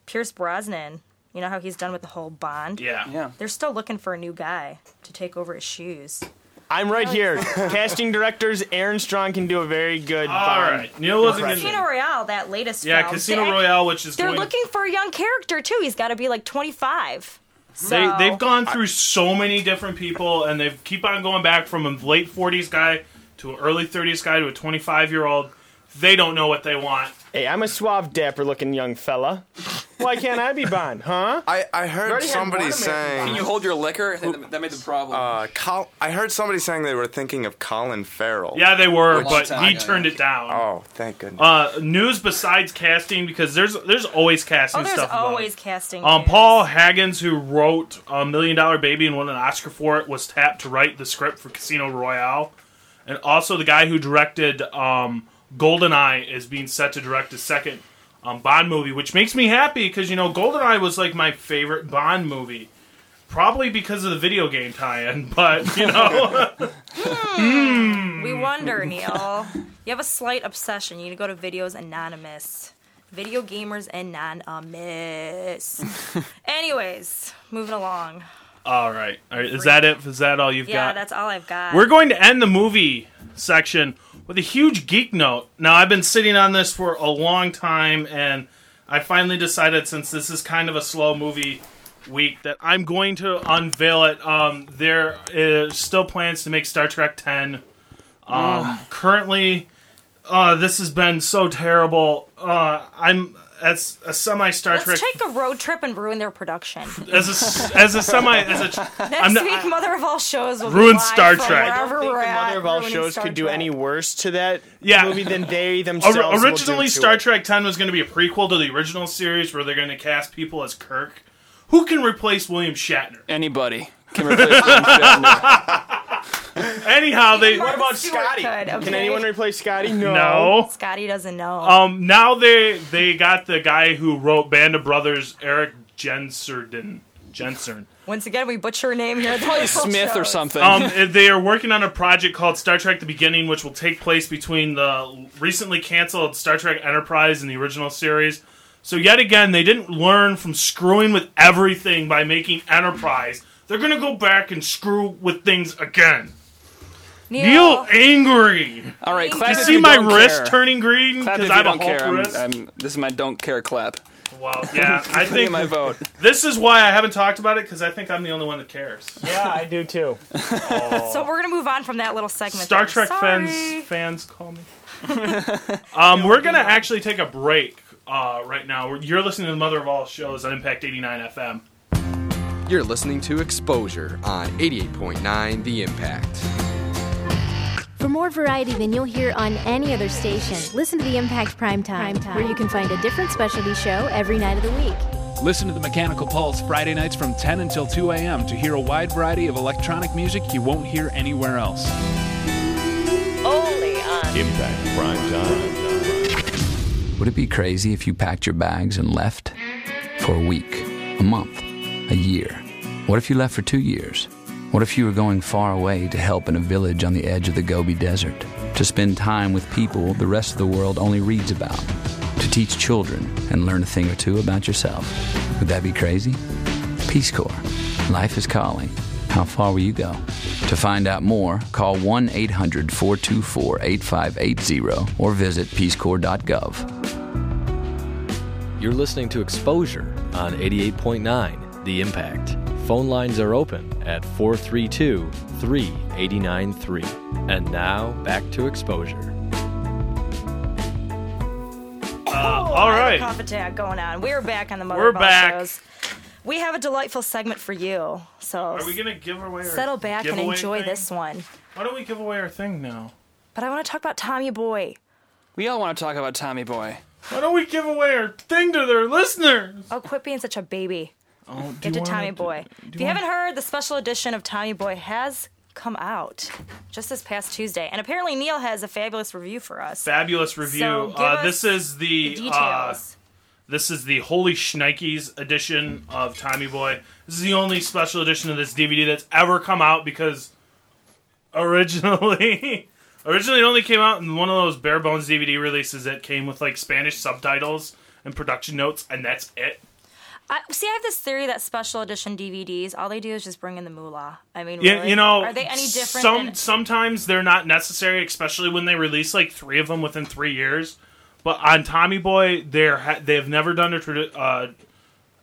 Pierce Brosnan. You know how he's done with the whole Bond.
yeah.
yeah.
They're still looking for a new guy to take over his shoes.
I'm
Oh,
right here. Casting directors, Aaron Strong can do a very good.
All
Bond.
right, Neil wasn't in.
Casino Royale, that latest
Yeah,
film.
Casino
they,
Royale, which is
They're
going,
looking for a young character too. He's got to be like 25.
They
So
they've gone through so many different people, and they keep on going back from a late forties guy to an early thirties guy to a twenty five year old. They don't know what they want.
Hey, I'm a suave, dapper-looking young fella. Why can't I be Bond, huh?
I, I heard
already had
somebody
one American
saying.
Can you hold your liquor? That, that made the problem.
Uh, Col- I heard somebody saying they were thinking of Colin Farrell.
Yeah, they were,
Long
but
time
he
ago,
turned it down.
Oh, thank goodness.
Uh, news besides casting because there's there's always casting
oh, there's
stuff. about it.
always casting.
Um,
news.
Paul Haggins, who wrote uh, Million Dollar Baby and won an Oscar for it, was tapped to write the script for Casino Royale, and also the guy who directed um, Goldeneye is being set to direct his second um, Bond movie, which makes me happy because you know Goldeneye was like my favorite Bond movie, probably because of the video game tie-in. But you know,
We wonder, Neil. You have a slight obsession. You need to go to Videos Anonymous. Video Gamers Anonymous. Anyways, moving along.
all right, all right, is that it? Is that all you've
Yeah,
got?
that's all I've got.
We're going to end the movie section with a huge geek note. Now, I've been sitting on this for a long time, and I finally decided since this is kind of a slow movie week that I'm going to unveil it. Um, there is still plans to make Star Trek 10. Um, currently, uh, this has been so terrible. Uh, I'm as a semi Star Trek
Let's take a road trip and ruin their production.
as a s- as a semi as a
Next
not-
week, Mother of All Shows will
Ruin
be live
Star
from
Trek. I don't
Wherever
I think
we're
the
at,
mother of all
ruining
shows
Star
could do
Trek.
any worse to that
Yeah.
movie than they themselves.
Or-
will
originally,
do to
Star
it.
Trek Ten was going to be a prequel to the original series, where they're going to cast people as Kirk. Who can replace William Shatner?
Anybody can replace William Shatner.
Anyhow, they
What about Stewart
Scotty.
could,
Can
okay?
anyone replace Scotty? No.
no.
Scotty doesn't know.
Um, now they they got the guy who wrote Band of Brothers, Eric Jensen. Jensen.
Once again, we butcher a name here. at the Marvel
Smith or
shows.
something.
Um, they are working on a project called Star Trek: The Beginning, which will take place between the recently canceled Star Trek Enterprise and the original series. So yet again, they didn't learn from screwing with everything by making Enterprise. They're gonna go back and screw with things again.
Neil.
Feel angry.
All right, clap.
You
if
see
you
my
don't
wrist
care.
turning green
Clap
because
if
I
you
have a
don't
whole
care. I'm,
wrist.
I'm, this is my don't care clap.
Wow. Yeah, I
Give
think
my vote.
this is why I haven't talked about it because I think I'm the only one that cares.
Yeah, I do too.
So we're gonna move on from that little segment.
Star
there.
Trek
Sorry.
fans fans call me. um, we're gonna actually take a break uh, right now. We're- You're listening to the mother of all shows on Impact 89 FM.
You're listening to Exposure on 88.9 The Impact.
For more variety than you'll hear on any other station, listen to the Impact Prime Time, where you can find a different specialty show every night of the week.
Listen to the Mechanical Pulse Friday nights from 10 until 2 a.m. to hear a wide variety of electronic music you won't hear anywhere else.
Impact Prime Time.
Would it be crazy if you packed your bags and left? For a week, a month, a year? What if you left for two years? What if you were going far away to help in a village on the edge of the Gobi Desert? To spend time with people the rest of the world only reads about? To teach children and learn a thing or two about yourself? Would that be crazy? Peace Corps. Life is calling. How far will you go? To find out more, call 1 800 424 8580 or visit peacecorps.gov.
You're listening to Exposure on 88.9 The Impact. Phone lines are open at 432 3893. And now back to Exposure.
Uh, All right,
Right. Cough attack going on. We're back on the
We're
Mother Ball
back.
shows. We have a delightful segment for you. So
are we gonna give away? Our
settle back and
giveaway
enjoy
thing?
this one.
Why don't we give away our thing now?
But I want to talk about Tommy Boy.
We all want to talk about Tommy Boy.
Why don't we give away our thing to their listeners?
Oh, quit being such a baby.
Oh,
Get to Tommy Boy. If you haven't heard, the special edition of Tommy Boy has come out just this past Tuesday, and apparently Neil has a fabulous review for us.
Fabulous review.
So give
uh,
us
this is the,
details.
uh, This is the Holy Schnikes edition of Tommy Boy. This is the only special edition of this DVD that's ever come out because originally, originally it only came out in one of those bare bones DVD releases that came with like Spanish subtitles and production notes, and that's it.
I, see, I have this theory that special edition DVDs, all they do is just bring in the moolah. I mean,
Yeah,
really,
you know,
are they any different?
Some
than-
sometimes they're not necessary, especially when they release like three of them within three years. But on Tommy Boy, they're ha- they have never done a tradi- uh,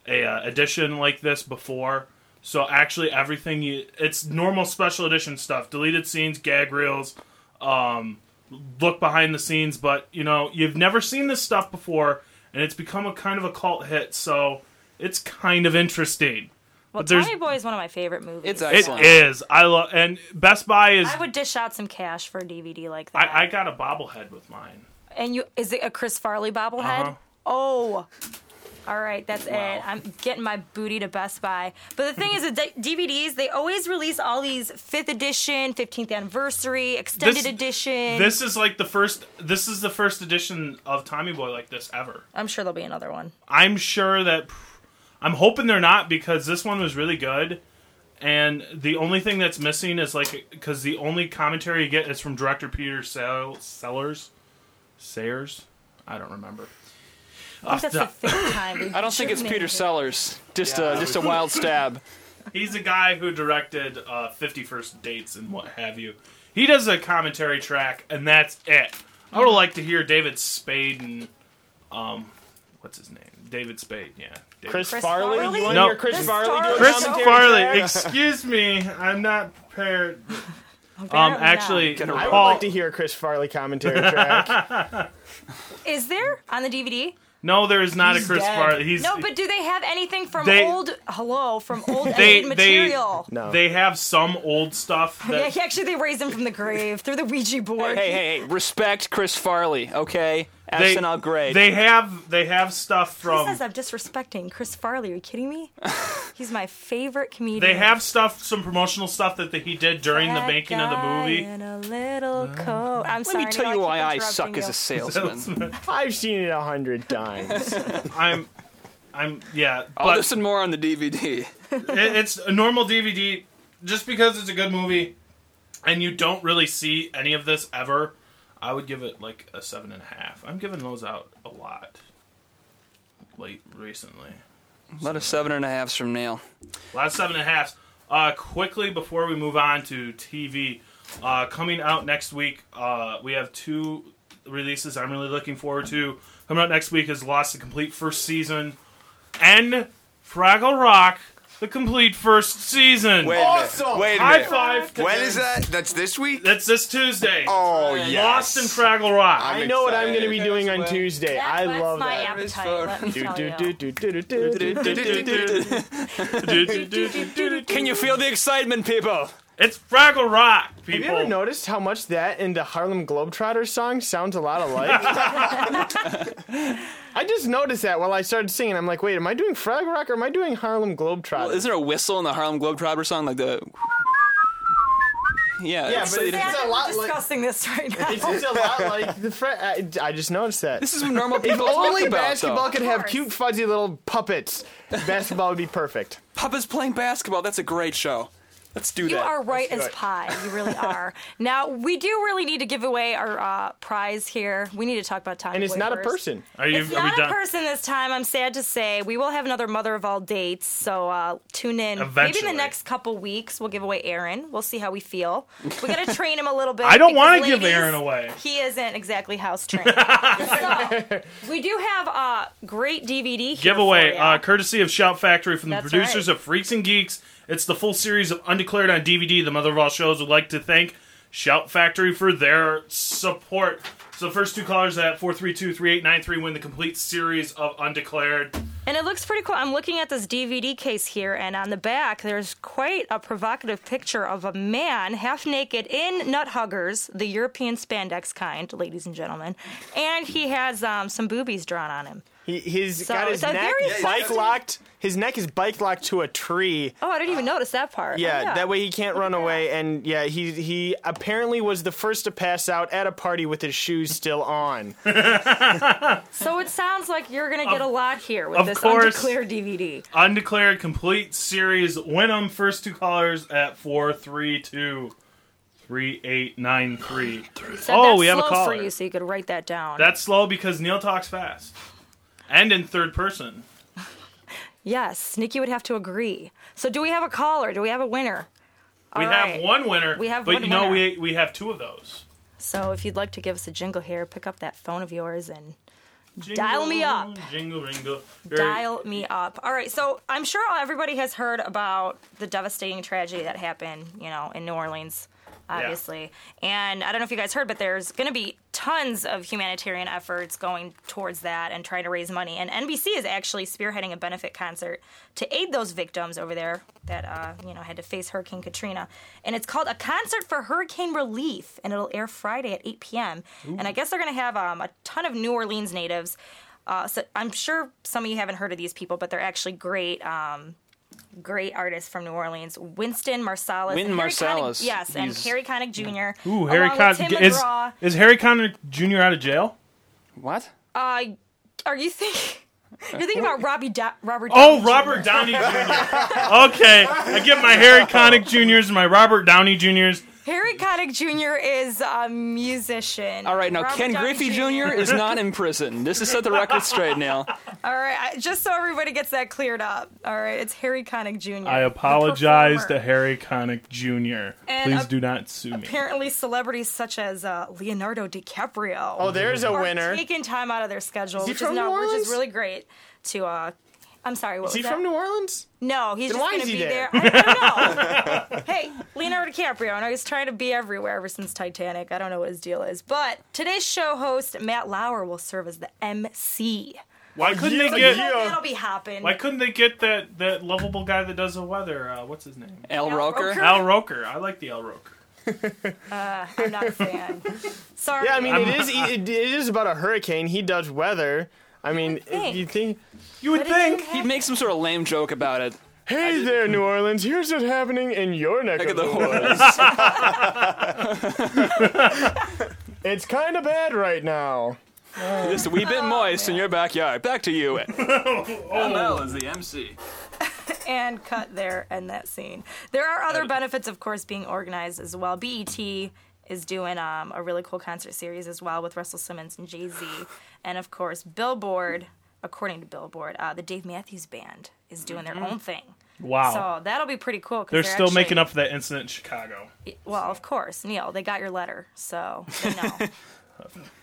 a uh, edition like this before. So actually, everything you, it's normal special edition stuff, deleted scenes, gag reels, um, look behind the scenes. But you know, you've never seen this stuff before, and it's become a kind of a cult hit. So it's kind of interesting.
well,
but there's-
Tommy Boy is one of my favorite movies.
It's
It is.
excellent.
I love and Best Buy is.
I would dish out some cash for a DVD like that.
I, I got a bobblehead with mine.
and you, is it a Chris Farley bobblehead?
Uh-huh.
Oh. All right, that's it. I'm getting my booty to Best Buy. But the thing is, the d- DVDs, they always release all these 5th edition, 15th anniversary,
This-
extended edition.
This is like the first. This is the first edition of Tommy Boy like this ever.
I'm sure there'll be another one.
I'm sure that. I'm hoping they're not because this one was really good, and the only thing that's missing is like because the only commentary you get is from director Peter Sell- Sellers, Sayers. I don't remember. Uh,
I think that's the fifth time. we've
I don't think it's
driven
Peter
into-
Sellers. Just
Yeah.
a just a wild stab.
He's the guy who directed uh, 51st Dates and what have you. He does a commentary track, and that's it. I would like to hear David Spade and. Um, what's his name? David Spade, yeah. David
Chris,
Chris
Farley?
Farley?
You want to
No.
hear Chris
Chris
Farley?
Farley.
do a
Chris
commentary
Farley,
track?
excuse me. I'm not prepared. Um,
Apparently not.
actually,
Get a
I would
Paul.
like to hear a Chris Farley commentary track.
Is there on the DVD?
No, there is not a Chris
dead.
Farley. He's,
No, but do they have anything from
They-
old, hello, from old
They-
edited
they-
material?
No.
They have some old stuff
Yeah,
that.
he- actually, they raised him from the grave through the Ouija board.
Hey, hey, hey! Respect Chris Farley, okay? Absent all grade.
They have they have stuff
Who
from
says I'm disrespecting Chris Farley? Are you kidding me? He's my favorite comedian.
they have stuff some promotional stuff that he did during the
That
making of the
guy
movie.
in a little coat. I'm
Let
sorry.
me tell
no,
you
keep
why I
interrupting
suck as
you.
a salesman.
I've seen it a hundred times.
I'm I'm yeah,
all
but
this and Oh, more on the DVD.
it, it's a normal DVD. Just because it's a good movie, and you don't really see any of this ever, I would give it like a seven and a half. I'm giving those out a lot, late recently.
Let us seven and a halfs from Neil.
A lot of seven and a halfs. Uh, quickly before we move on to TV, uh, coming out next week, uh, we have two releases I'm really looking forward to. Coming out next week is Lost the Complete First Season and Fraggle Rock the Complete First Season.
Wait a minute. Wait a
High
minute.
five.
When is that? That's this week.
That's this Tuesday.
Oh
Lost
yes.
in Fraggle Rock.
I know what I'm going to be doing on Tuesday.
That
I
whets
love
my
that.
appetite. Let me
Do,
tell
do,
you.
do, do, do, do, do, do.
Can you feel the excitement, people?
It's Fraggle Rock,
Have
people.
you ever noticed how much that and the Harlem Globetrotters song sounds a lot alike? I just noticed that while I started singing. I'm like, wait, am I doing Frog Rock or am I doing Harlem Globetrotters?
Is there a whistle in the Harlem Globetrotter song, like the? Yeah,
yeah,
it's-
but it's,
Dad,
a
we're
lot like
discussing this right now.
it's, it's a lot like the Fra- I, I just noticed that.
this is what normal people talk
Only
about.
basketball
though.
could have
course.
cute fuzzy little puppets. Basketball would be perfect.
Papa's playing basketball. That's a great show. Let's do
You
that.
are right as pie. You really are. now we do really need to give away our uh, prize here. We need to talk about Tommy.
And it's
Boy
not a
first.
person.
Are you?
It's
are
not
we
a
done?
person this time. I'm sad to say. We will have another mother of all dates. So uh, tune in. Maybe in
Eventually.
the next couple weeks we'll give away Aaron. We'll see how we feel. We got to train him a little bit.
I don't
because,
wanna give
ladies,
Aaron away.
He isn't exactly house trained. so we do have uh, great DVD here
giveaway
for ya.
uh, courtesy of Shout Factory from the
That's
producers
right.
of Freaks and Geeks. It's the full series of Undeclared on DVD. The mother of all shows would like to thank Shout Factory for their support. So the first two callers at 432-3893 win the complete series of Undeclared.
And it looks pretty cool. I'm looking at this DVD case here, and on the back, there's quite a provocative picture of a man half naked in nut huggers, the European spandex kind, ladies and gentlemen. And he has um, some boobies drawn on him.
He, he's
So
got his
it's a
neck
very Yeah,
bike
sexy-
locked. His neck is bike locked to a tree.
Oh, I didn't even notice that part.
Yeah,
Oh,
that way he can't run away. And yeah, he he apparently was the first to pass out at a party with his shoes still on.
So it sounds like you're going to get a lot here with
of
this
course.
undeclared DVD.
Undeclared complete series. Win them first two callers at 432-3893.
So
oh,
that's
we have a
slow
caller.
for you, so you could write that down.
That's slow because Neil talks fast. And in third person.
yes, Nikki would have to agree. So do we have a caller? Do we have a winner?
We
All
have
right.
one winner,
We have
but
one
you know
winner.
we we have two of those.
So if you'd like to give us a jingle here, pick up that phone of yours and Dial me up.
Jingle ringo.
dial me up. All right, so I'm sure everybody has heard about the devastating tragedy that happened, you know, in New Orleans, obviously. And I don't know if you guys heard, but there's going to be tons of humanitarian efforts going towards that and trying to raise money. And NBC is actually spearheading a benefit concert to aid those victims over there that, uh, you know, had to face Hurricane Katrina. And it's called A Concert for Hurricane Relief, and it'll air Friday at 8 p.m. And I guess they're going to have um, a ton of New Orleans natives. Uh, so I'm sure some of you haven't heard of these people, but they're actually great, um, great artists from New Orleans. Winston Marsalis.
Win
and Harry
Marsalis.
Connick- yes, and
He's-
Harry Connick Jr.
Ooh, Harry
along
Connick
with Tim
is
McGraw.
is Harry Connick Jr. out of jail?
what?
Uh, are you thinking? You're thinking about Robbie Do- Robert.
Oh,
Downey
Robert Downey Jr. okay, I get my Harry Connick Jr.'s and my Robert Downey Jr.'s.
Jr. Harry Connick Jr. is a musician.
All right, now
Robert
Ken
Downey
Griffey Jr. is not in prison. This is set the record straight now.
All right, I, just so everybody gets that cleared up. All right, it's Harry Connick Jr.
I apologize
the
to
performer.
Harry Connick Jr.
And
Please
ap-
do not sue me.
Apparently, celebrities such as uh, Leonardo DiCaprio.
Oh, there's a
are
winner.
Taking time out of their schedule,
he
which
from
is not,
New
which
Orleans?
is really great. To uh, I'm sorry, what
Is
was
he
that?
from New Orleans?
No, he's
Then
just
why
going
is
to be
he there?
there. I don't know. hey, Leonardo DiCaprio, I know he's trying to be everywhere ever since Titanic. I don't know what his deal is. But today's show host, Matt Lauer, will serve as the MC.
Why couldn't they
So
get?
That'll be hopping.
Why couldn't they get that that lovable guy that does the weather? Uh, what's his name?
Al
Al
Roker.
Roker.
Al Roker. I like the Al Roker.
Uh, I'm not a fan. Sorry. Um,
Yeah, I mean, it is e, it, it is about a hurricane. He does weather. I mean,
think.
you think?
You would
think he'd make some sort of lame joke about it.
Hey there, New Orleans. Here's what's happening in your neck
Look
of
at
the
the
woods.
horse.
it's kind of bad right now.
Just a wee bit moist in your backyard. Back to you.
Oh.
ML is the MC.
and cut there and that scene. There are other benefits, of course, being organized as well. BET is doing um, a really cool concert series as well with Russell Simmons and Jay Z, and of course Billboard. According to Billboard, uh, the Dave Matthews Band is doing their own thing.
Mm-hmm. Wow.
So that'll be pretty cool. 'cause
they're, still
actually-
making up for that incident in Chicago.
Well, of course, Neil. They got your letter, so they know.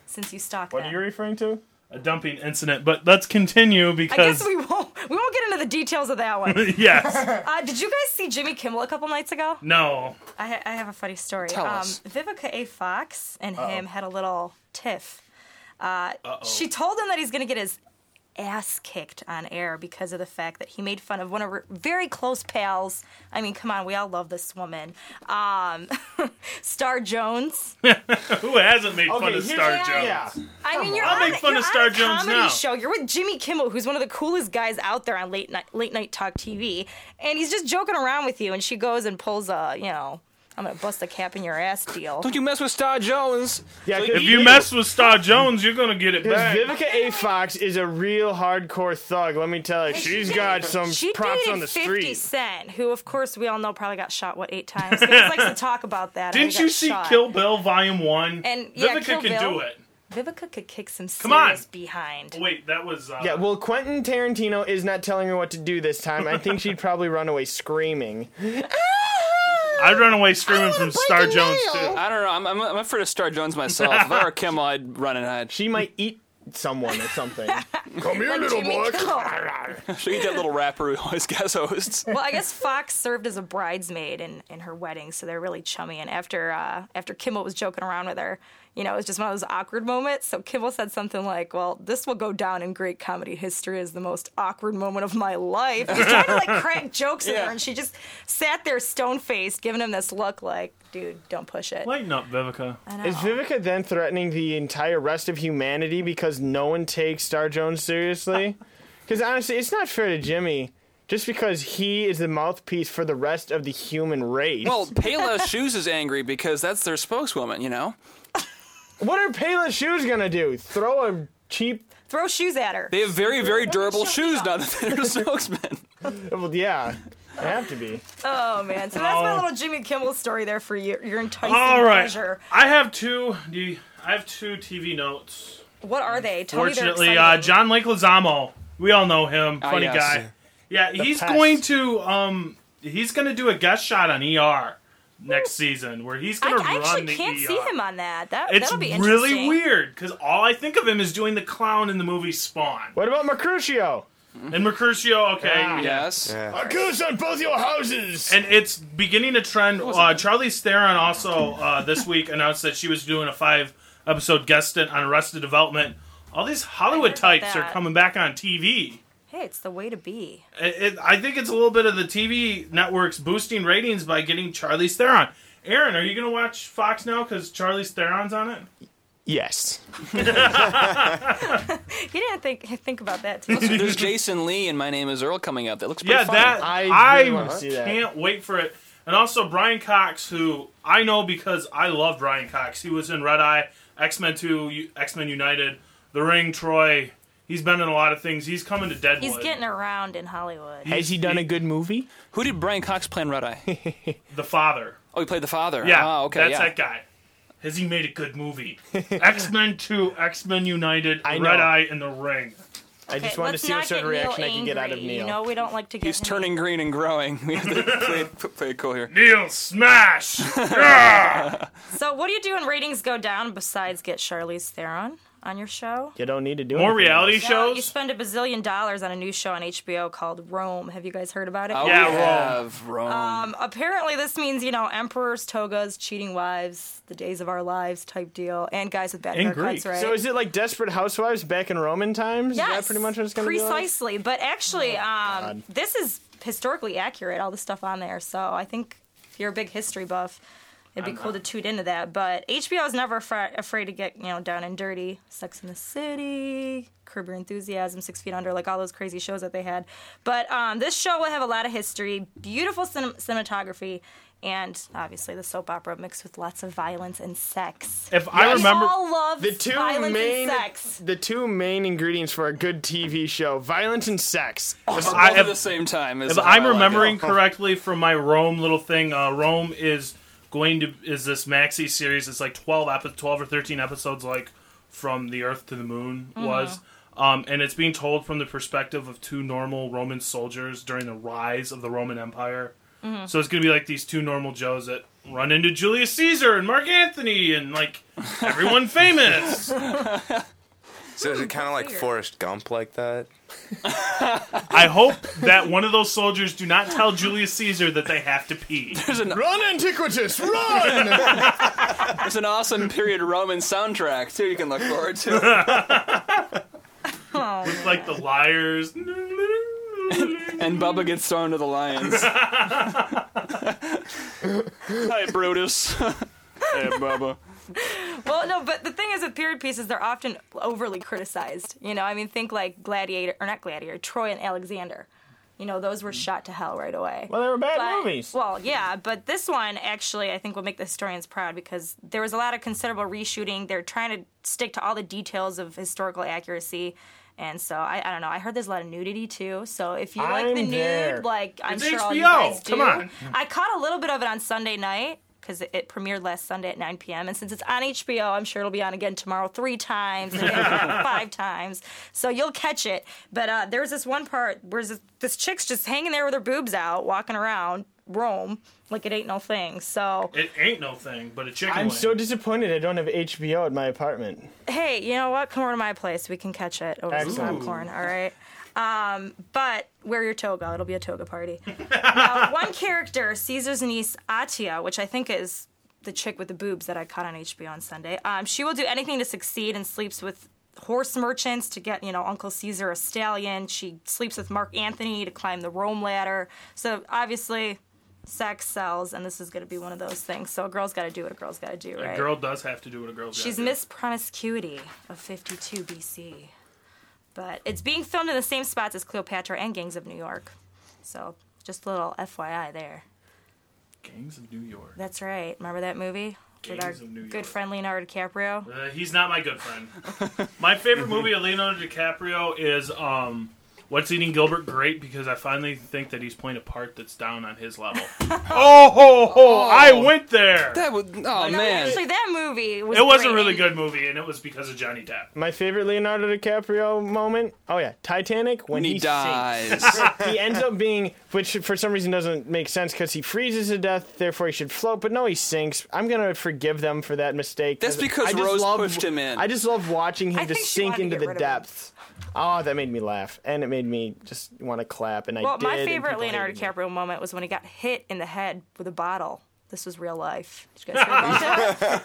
Since you stalked
What
them.
are you referring to? A dumping incident. But let's continue
I
because
guess we won't we won't get into the details of that one.
Yes.
Uh, did you guys see Jimmy Kimmel a couple nights ago?
no.
I, ha- I have a funny story.
Tell
um,
us.
Vivica A. Fox and him had a little tiff. Uh,
Uh-oh.
she told him that he's going to get his ass kicked on air because of the fact that he made fun of one of her very close pals. I mean, come on, we all love this woman. Um, Star Jones.
Who hasn't made fun
Okay,
of
here's-
Star
yeah,
Jones?
yeah. I mean, you're
I'll
on,
make fun
you're
of Star
on a
Jones
comedy
now.
show. You're with Jimmy Kimmel, who's one of the coolest guys out there on late night late night talk TV, and he's just joking around with you. And she goes and pulls a, you know, I'm gonna bust a cap in your ass deal.
Don't you mess with Star Jones?
Yeah,
If you mess with Star Jones, you're gonna get it back.
Vivica A. Fox is a real hardcore thug. Let me tell you, she's got some
She
props
dated
on the
50
street.
Cent, who of course we all know probably got shot what eight times. He just likes to talk about that. how he
Didn't you
got
see
shot.
Kill Bill Volume One?
And yeah,
Vivica
Kill
can
Bill.
do it.
Vivica could kick some serious
Come on.
behind.
Wait, that was uh,
Yeah, well, Quentin Tarantino is not telling her what to do this time. I think she'd probably run away screaming.
I'd run away screaming from Star Jones too.
I don't know. I'm, I'm, I'm afraid of Star Jones myself. If I were Kimmel, I'd run and hide.
She might eat someone or something.
Come here,
Like little Jimmy boy. Kimmel.
she eat that little rapper who always guest hosts.
well, I guess Fox served as a bridesmaid in, in her wedding, so they're really chummy. And after uh, after Kimmel was joking around with her, you know, it was just one of those awkward moments. So Kimmel said something like, "Well, this will go down in great comedy history as the most awkward moment of my life." He's trying to like crack jokes at her, and she just sat there stone faced, giving him this look like, "Dude, don't push it."
Lighten up, Vivica.
Is Vivica then threatening the entire rest of humanity because no one takes Star Jones seriously? Because honestly, it's not fair to Jimmy. Just because he is the mouthpiece for the rest of the human race.
Well, Payless Shoes is angry because that's their spokeswoman, you know?
what are Payless shoes gonna do? Throw a cheap?
Throw shoes at her.
They have very, very durable shoes now that they're spokesmen.
Well, yeah, they have to be.
Oh man! So that's my
Oh.
little Jimmy Kimmel story there for your your enticing
All right,
pleasure.
I have two. do you- I have two TV notes.
What are they? Tell me
Fortunately,
they're
uh,
exciting.
John Lake Lozamo. We all know him.
Ah,
Funny
yes.
guy. Yeah,
The
he's
pest.
going to um, he's going to do a guest shot on ER next season, where he's going to
Hmm. I
run
actually
the
can't
ER.
see him on that. That
It's
that'll be
really
interesting.
weird because all I think of him is doing the clown in the movie Spawn.
What about Mercutio?
And Mercutio, okay,
Ah.
Yes.
I curse on both your houses.
And it's beginning to trend. Uh, Charlie Theron also uh, this week announced that she was doing a five episode guest stint on Arrested Development. All these Hollywood types are
that.
coming back on TV.
Hey, it's the way to be.
It, it, I think it's a little bit of the TV networks boosting ratings by getting Charlie Theron. Aaron, are you going to watch Fox now because Charlie Theron's on it?
Yes.
You didn't think think about that. Too.
There's Jason Lee and My Name is Earl coming up. That looks pretty
yeah,
funny.
that I, can't wait for it. And also Brian Cox, who I know because I love Brian Cox. He was in Red Eye, X Men Two, X Men United, The Ring, Troy. He's been in a lot of things. He's coming to Deadwood.
He's getting around in Hollywood.
Has he done a good movie?
Who did Brian Cox play in Red Eye?
the father.
Oh, he played the father.
Yeah,
Ah, okay.
that's
yeah.
that guy. Has he made a good movie? X Men Two, X Men United,
I know.
Red Eye, and The Ring.
I
Okay, let's not get Neil angry. You know we don't like to get
He's turning green and growing. We have to play, it- play it cool here.
Neil, smash!
So what do you do when ratings go down besides get Charlize Theron on your show?
You don't need to do
More
anything
reality
else.
No, You spend a bazillion dollars on a new show on HBO called Rome. Have you guys heard about it?
Oh, we have Rome.
Um, apparently, this means you know emperors, togas, cheating wives, the days of our lives type deal, and guys with bad haircuts, right?
So is it like Desperate Housewives back in Roman times? Is that
Yes,
pretty much what it's going to be like? Oh,
precisely. But actually, um,
God.
this is historically accurate. All the stuff on there, so I think if you're a big history buff, It'd be
I'm-
cool to tune into that, but HBO is never afra- afraid to get you know down and dirty. Sex in the City, Curb Your Enthusiasm, Six Feet Under, like all those crazy shows that they had. But um, this show will have a lot of history, beautiful cinem- cinematography, and obviously the soap opera mixed with lots of violence and sex.
If
we all love
the two
violence
main
and sex.
the two main ingredients for a good TV show: violence and sex.
If Both I- at if- the
same time.
If I'm remembering correctly from my Rome little thing, uh, Rome is going to is this maxi series. It's like 12, epi- 12 or thirteen episodes, like from the Earth to the Moon was, um, and it's being told from the perspective of two normal Roman soldiers during the rise of the Roman Empire.
Mhm.
So it's going to be like these two normal Joes that run into Julius Caesar and Mark Anthony and like everyone famous.
So is it kind of like Forrest Gump like that?
I hope that one of those soldiers do not tell Julius Caesar that they have to pee.
run, Antiquitus, run!
There's an awesome period Roman soundtrack too. You can look forward to.
With like the liars.
and Bubba gets thrown to the lions. Hi, Brutus. hey, Bubba.
well, no, but the thing is with period pieces, they're often overly criticized. You know, I mean, think like Gladiator, or not Gladiator, Troy and Alexander. You know, those were shot to hell right away.
Well, they were bad
But-
movies.
Well, yeah, but this one actually, I think, will make the historians proud because there was a lot of considerable reshooting. They're trying to stick to all the details of historical accuracy. And so I, I don't know. I heard there's a lot of nudity too. So if you like the
I'm
nude,
there.
like I'm
It's
sure all you
HBO.
guys do.
Come on.
I caught a little bit of it on Sunday night because it, it premiered last Sunday at 9 p.m. And since it's on HBO, I'm sure it'll be on again tomorrow three times, and then five times. So you'll catch it. But uh, there's this one part where this, this chick's just hanging there with her boobs out, walking around Rome like it ain't no thing. So
It ain't no thing, but a chicken
I'm
wing.
so disappointed I don't have HBO at my apartment.
hey, you know what? Come over to my place. We can catch it over some
Excellent.
popcorn. All right. Um, but wear your toga. It'll be a toga party. now, one character, Caesar's niece Atia, which I think is the chick with the boobs that I caught on HBO on Sunday. Um, she will do anything to succeed and sleeps with horse merchants to get you know Uncle Caesar a stallion. She sleeps with Mark Anthony to climb the Rome ladder. So obviously. Sex sells, and this is going to be one of those things. So a girl's got to do what a girl's got to do, right?
A girl does have to do what a girl's
She's
gotta
Miss Promiscuity of 52 BC. But it's being filmed in the same spots as Cleopatra and Gangs of New York. So just a little FYI there.
do. Gangs of New York.
That's right. Remember that movie? With our
Gangs of New
good friend Leonardo DiCaprio?
Uh, he's not my good friend. my favorite movie of Leonardo DiCaprio is um, What's Eating Gilbert Grape because I finally think that he's playing a part that's down on his level. oh ho ho! I
Oh.
went there.
That would oh
No, actually, that movie was.
it was a
great.
really good movie, and it was because of Johnny Depp.
My favorite Leonardo DiCaprio moment. Oh yeah, Titanic
When
when,
he
sinks.
dies.
he ends up being, which for some reason doesn't make sense because he freezes to death. Therefore, he should float. But no, he sinks. I'm gonna forgive them for that mistake.
That's
'cause
because
I just
Rose
love-
pushed him in.
I just love watching him just
wanted
sink
to
into
get
the
rid of him.
depths. Oh, that made me laugh, and it made me just want to clap. And I
Well,
did.
my
and
favorite
people
Leonardo
hated me.
DiCaprio moment was when he got hit in the head with a bottle. This was real life. Did you guys hear about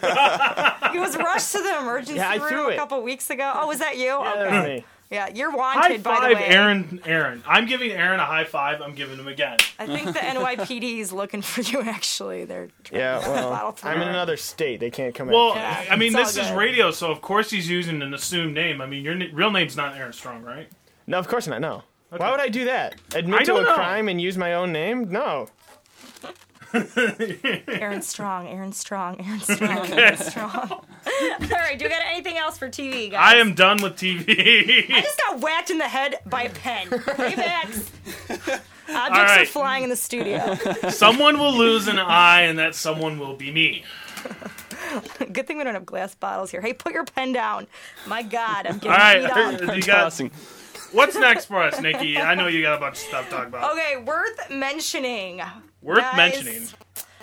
that? he was rushed to the emergency
Yeah, I threw
room a
it.
couple weeks ago. Oh, was that you?
that was me.
Yeah, you're
High
wanted, by the
five,
way.
Aaron. Aaron, I'm giving Aaron a high five. I'm giving him again.
I think the NYPD is looking for you. Actually, they're trying
Yeah,
to
well,
bottle
I'm in
through.
another state. They can't come.
Well,
after me.
I mean, this is radio, so of course he's using an assumed name. I mean, your n- real name's not Aaron Strong, right?
No, of course not. No. Why would I do that? Admit
I
to
don't
a
know.
crime and use my own name? No.
Aaron Strong, Aaron Strong, Aaron Strong, Aaron Strong. All right, do you got anything else for TV, guys?
I am done with TV.
I just got whacked in the head by a pen. Paybacks. Objects are
right.
flying in the studio.
someone will lose an eye, and that someone will be me.
Good thing we don't have glass bottles here. Hey, put your pen down. My God, I'm getting
All right,
beat up.
you got, what's next for us, Nikki? I know you got a bunch of stuff to talk about.
Okay, worth mentioning.
Worth
Guys,
mentioning.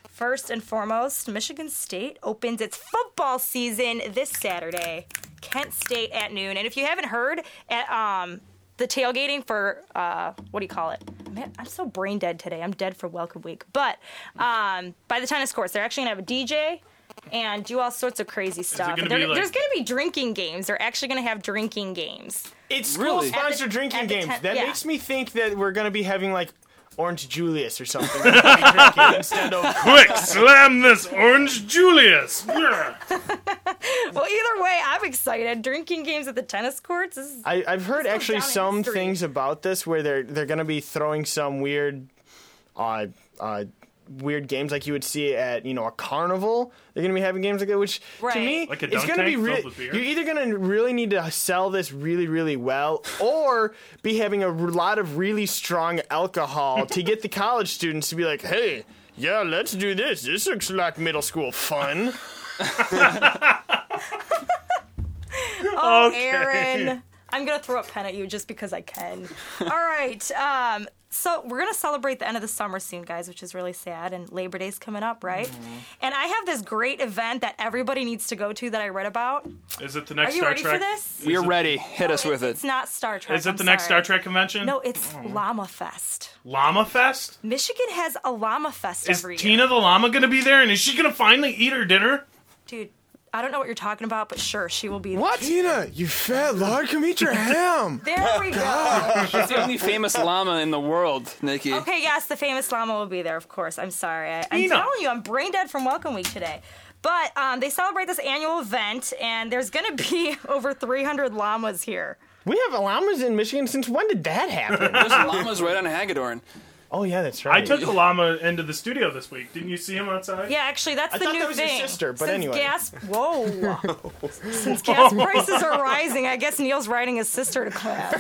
First and foremost, Michigan State opens its football season this Saturday. Kent State at noon. And if you haven't heard, at um, the tailgating for uh, what do you call it? Man, I'm so brain dead today. I'm dead for welcome week. But um, by the tennis courts, they're actually gonna have a DJ and do all sorts of crazy stuff.
gonna
They're-
be like-
There's gonna be drinking games. They're actually gonna have drinking games.
It's school sponsored
At the-
drinking
at the
games.
ten-
that
yeah.
makes me think that we're going to be having like Orange Julius or something. Drink it instead of-
Quick, slam this Orange Julius. Yeah.
well, either way, I'm excited. Drinking games at the tennis courts is
I, I've heard actually some things about this where they're they're gonna be throwing some weird, uh, uh, weird games like you would see at you know a carnival. They're gonna be having games like that, which to
Right.
me
Like a
it's
dunk
gonna be
tank
re-
filled with beer?
you're either gonna really need to sell this really really well or be having a r- lot of really strong alcohol to get the college students to be like, hey, yeah, let's do this. This looks like middle school fun.
Oh,
Okay.
Aaron. I'm going to throw a pen at you just because I can. All right. Um, so we're going to celebrate the end of the summer soon, guys, which is really sad. And Labor Day's coming up, right?
Mm-hmm.
And I have this great event that everybody needs to go to that I read about.
Is it the next
Are you
Star
ready for
Trek?
this?
We're
ready. Hit us with it.
It's not Star Trek.
Is it
I'm
the next
sorry.
Star Trek Oh. convention?
No, it's Llama Fest.
Llama Fest?
Michigan has a Llama Fest
Is
every year.
Tina the llama going to be there? And is she going to finally eat her dinner?
Dude, I don't know what you're talking about, but sure, she will be there.
Tina, you fat lard, come eat your ham.
There we go.
She's the only famous llama in the world, Nikki.
Okay, yes, the famous llama will be there, of course. I'm sorry. I, I'm
Tina.
telling you, I'm brain dead from Welcome Week today. But um, they celebrate this annual event, and there's going to be over 300 llamas here.
We have llamas in Michigan. Since when did that happen?
There's llamas right on Hagedorn.
Oh yeah, that's
I took the llama into the studio this week. Didn't you see him outside?
Yeah, actually, that's
I
the
thought
new
that was your
thing.
sister, but
Since
anyway.
gas. Whoa. Since gas prices are rising, I guess Neil's riding his sister to class.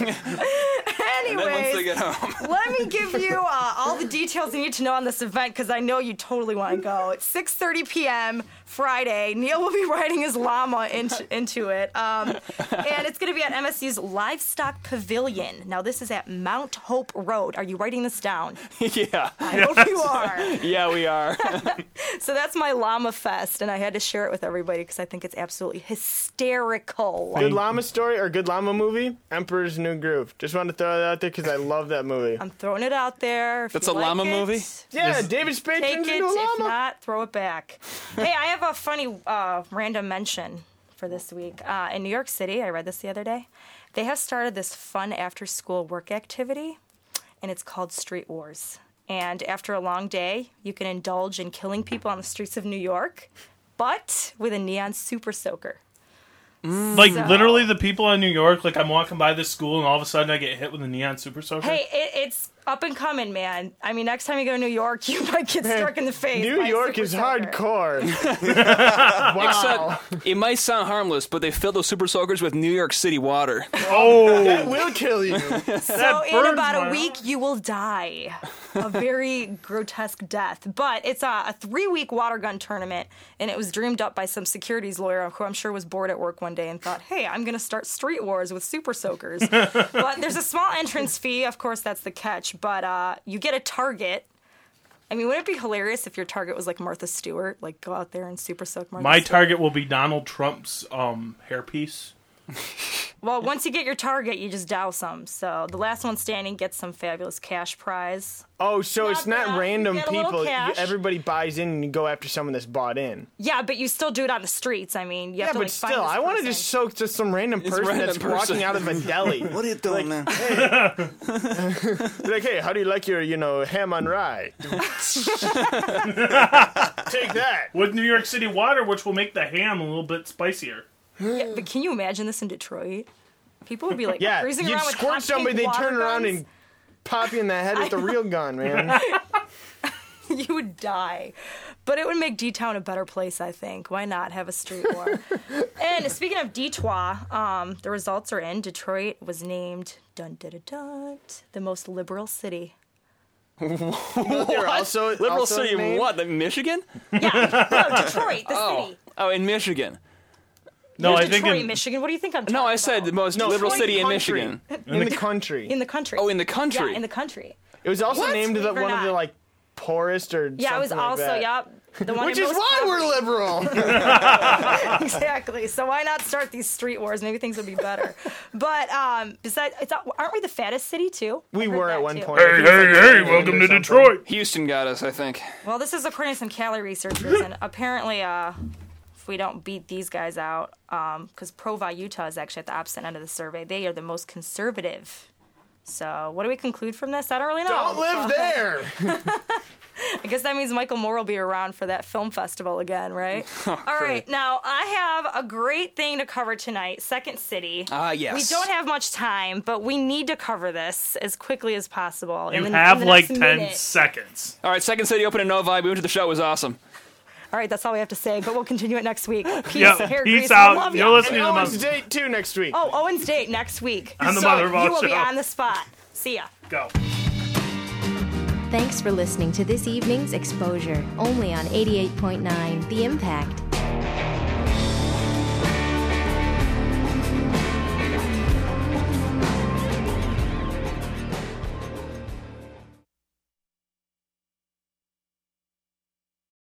And then once they
Anyways,
get home.
let me give you uh, all the details you need to know on this event because I know you totally want to go. It's 6:30 p.m. Friday. Neil will be riding his llama into, into it, um, and it's going to be at MSU's Livestock Pavilion. Now, this is at Mount Hope Road. Are you writing this down?
yeah.
I hope you are.
Yeah, we are.
So that's my llama fest, and I had to share it with everybody because I think it's absolutely hysterical.
Good llama story or good llama movie? Emperor's New Groove. Just wanted to throw that out there because I love that movie.
I'm throwing it out there. If
That's
you
a
like
llama
it,
movie? Yeah, David Spade
Take
turns
it.
into a
If
llama.
not, throw it back. hey, I have a funny uh, random mention for this week. Uh, in New York City, I read this the other day. They have started this fun after-school work activity, and it's called Street Wars. And after a long day, you can indulge in killing people on the streets of New York, but with a neon super soaker.
Like
So-
literally the people in New York, like I'm walking by this school and all of a sudden I get hit with a neon super soaker.
Hey, it, it's up and coming, man. I mean, next time you go to New York, you might get struck in the face.
New
by a
York
super
is
soaker.
hardcore.
Except it might sound harmless, but they fill those super soakers with New York City water.
Oh,
that will kill you.
So in about
my
a week, you will die a very grotesque death. But it's a, a three-week water gun tournament, and it was dreamed up by some securities lawyer who I'm sure was bored at work one day and thought, "Hey, I'm going to start street wars with super soakers." but there's a small entrance fee. Of course, that's the catch. But uh, you get a target. I mean, wouldn't it be hilarious if your target was like Martha Stewart? Like, go out there and super soak Martha
My
Stewart.
target will be Donald Trump's um hairpiece.
Well, once you get your target, you just douse them. So the last one standing gets some fabulous cash prize.
Oh, so it's not
bad. You
random
get a little
people. You-
cash.
everybody buys in and you go after someone that's bought in.
Yeah, but you still do it on the streets. I mean, you
Yeah,
have to
but
like, find
still,
this
I want to
person.
just soak just some random person
random
that's
person.
walking out of a deli.
are you doing now?
like, hey, how do you like your, you know, ham on rye? Take that.
With New York City water, which will make the ham a little bit spicier.
Yeah, but can you imagine this in Detroit? People would be like
Yeah,
cruising
you'd
around with
squirt
hot
somebody,
pink
they
water
turn around
guns.
and pop you in the head with the real gun, man.
you would die. But it would make D Town a better place, I think. Why not have a street war? and speaking of Detroit, um, the results are in. Detroit was named dun dun dun dun the most liberal city.
They're also
Liberal
also
City,
named-
what? like Michigan?
No, Detroit, the city.
Oh, in Michigan.
No,
There's
I think
Detroit,
in,
Michigan. What do you think I'm talking
No, I said the most
No,
liberal
Detroit
city in
country.
Michigan.
In the country.
in the country?
Oh, in the country.
Yeah, in the country.
It was also
What?
named the,
Believe it or
one of the
not.
like poorest or
Yeah, it was
something like
also
that.
yep. The one
Which
in
is
most
why we're
poverty.
liberal.
exactly. So why not start these street wars? Maybe things would be better. but um, besides, it's, aren't we the fattest city too? I
we
heard
were
that,
at one
too.
point. Hey, hey, hey, welcome to Detroit.
Houston got us, I think.
Well, this is according to some Cali researchers, and apparently, uh, if we don't beat these guys out, um, because Provi Utah is actually at the opposite end of the survey, they are the most conservative So, what do we conclude from this? I don't really know.
Don't live
So-
there.
I guess that means Michael Moore will be around for that film festival again, right? All right, now I have a great thing to cover tonight Second City.
Ah, yes.
We don't have much time, but we need to cover this as quickly as possible.
You
in the,
have
in the
like
next
10
minute.
seconds.
All right, Second City open in Novi. We went to the show. It was awesome.
All right, that's all we have to say, but we'll continue it next week. Peace,
Yeah,
hair
peace
grease. I
out.
love
You're
ya.
listening
And
to the
Owen's
most-
date too next week.
Oh, Owen's date next week.
On the
So
Mother of All
You will be
show.
on the spot. See ya.
Go.
Thanks for listening to this evening's exposure, only on 88.9 The Impact.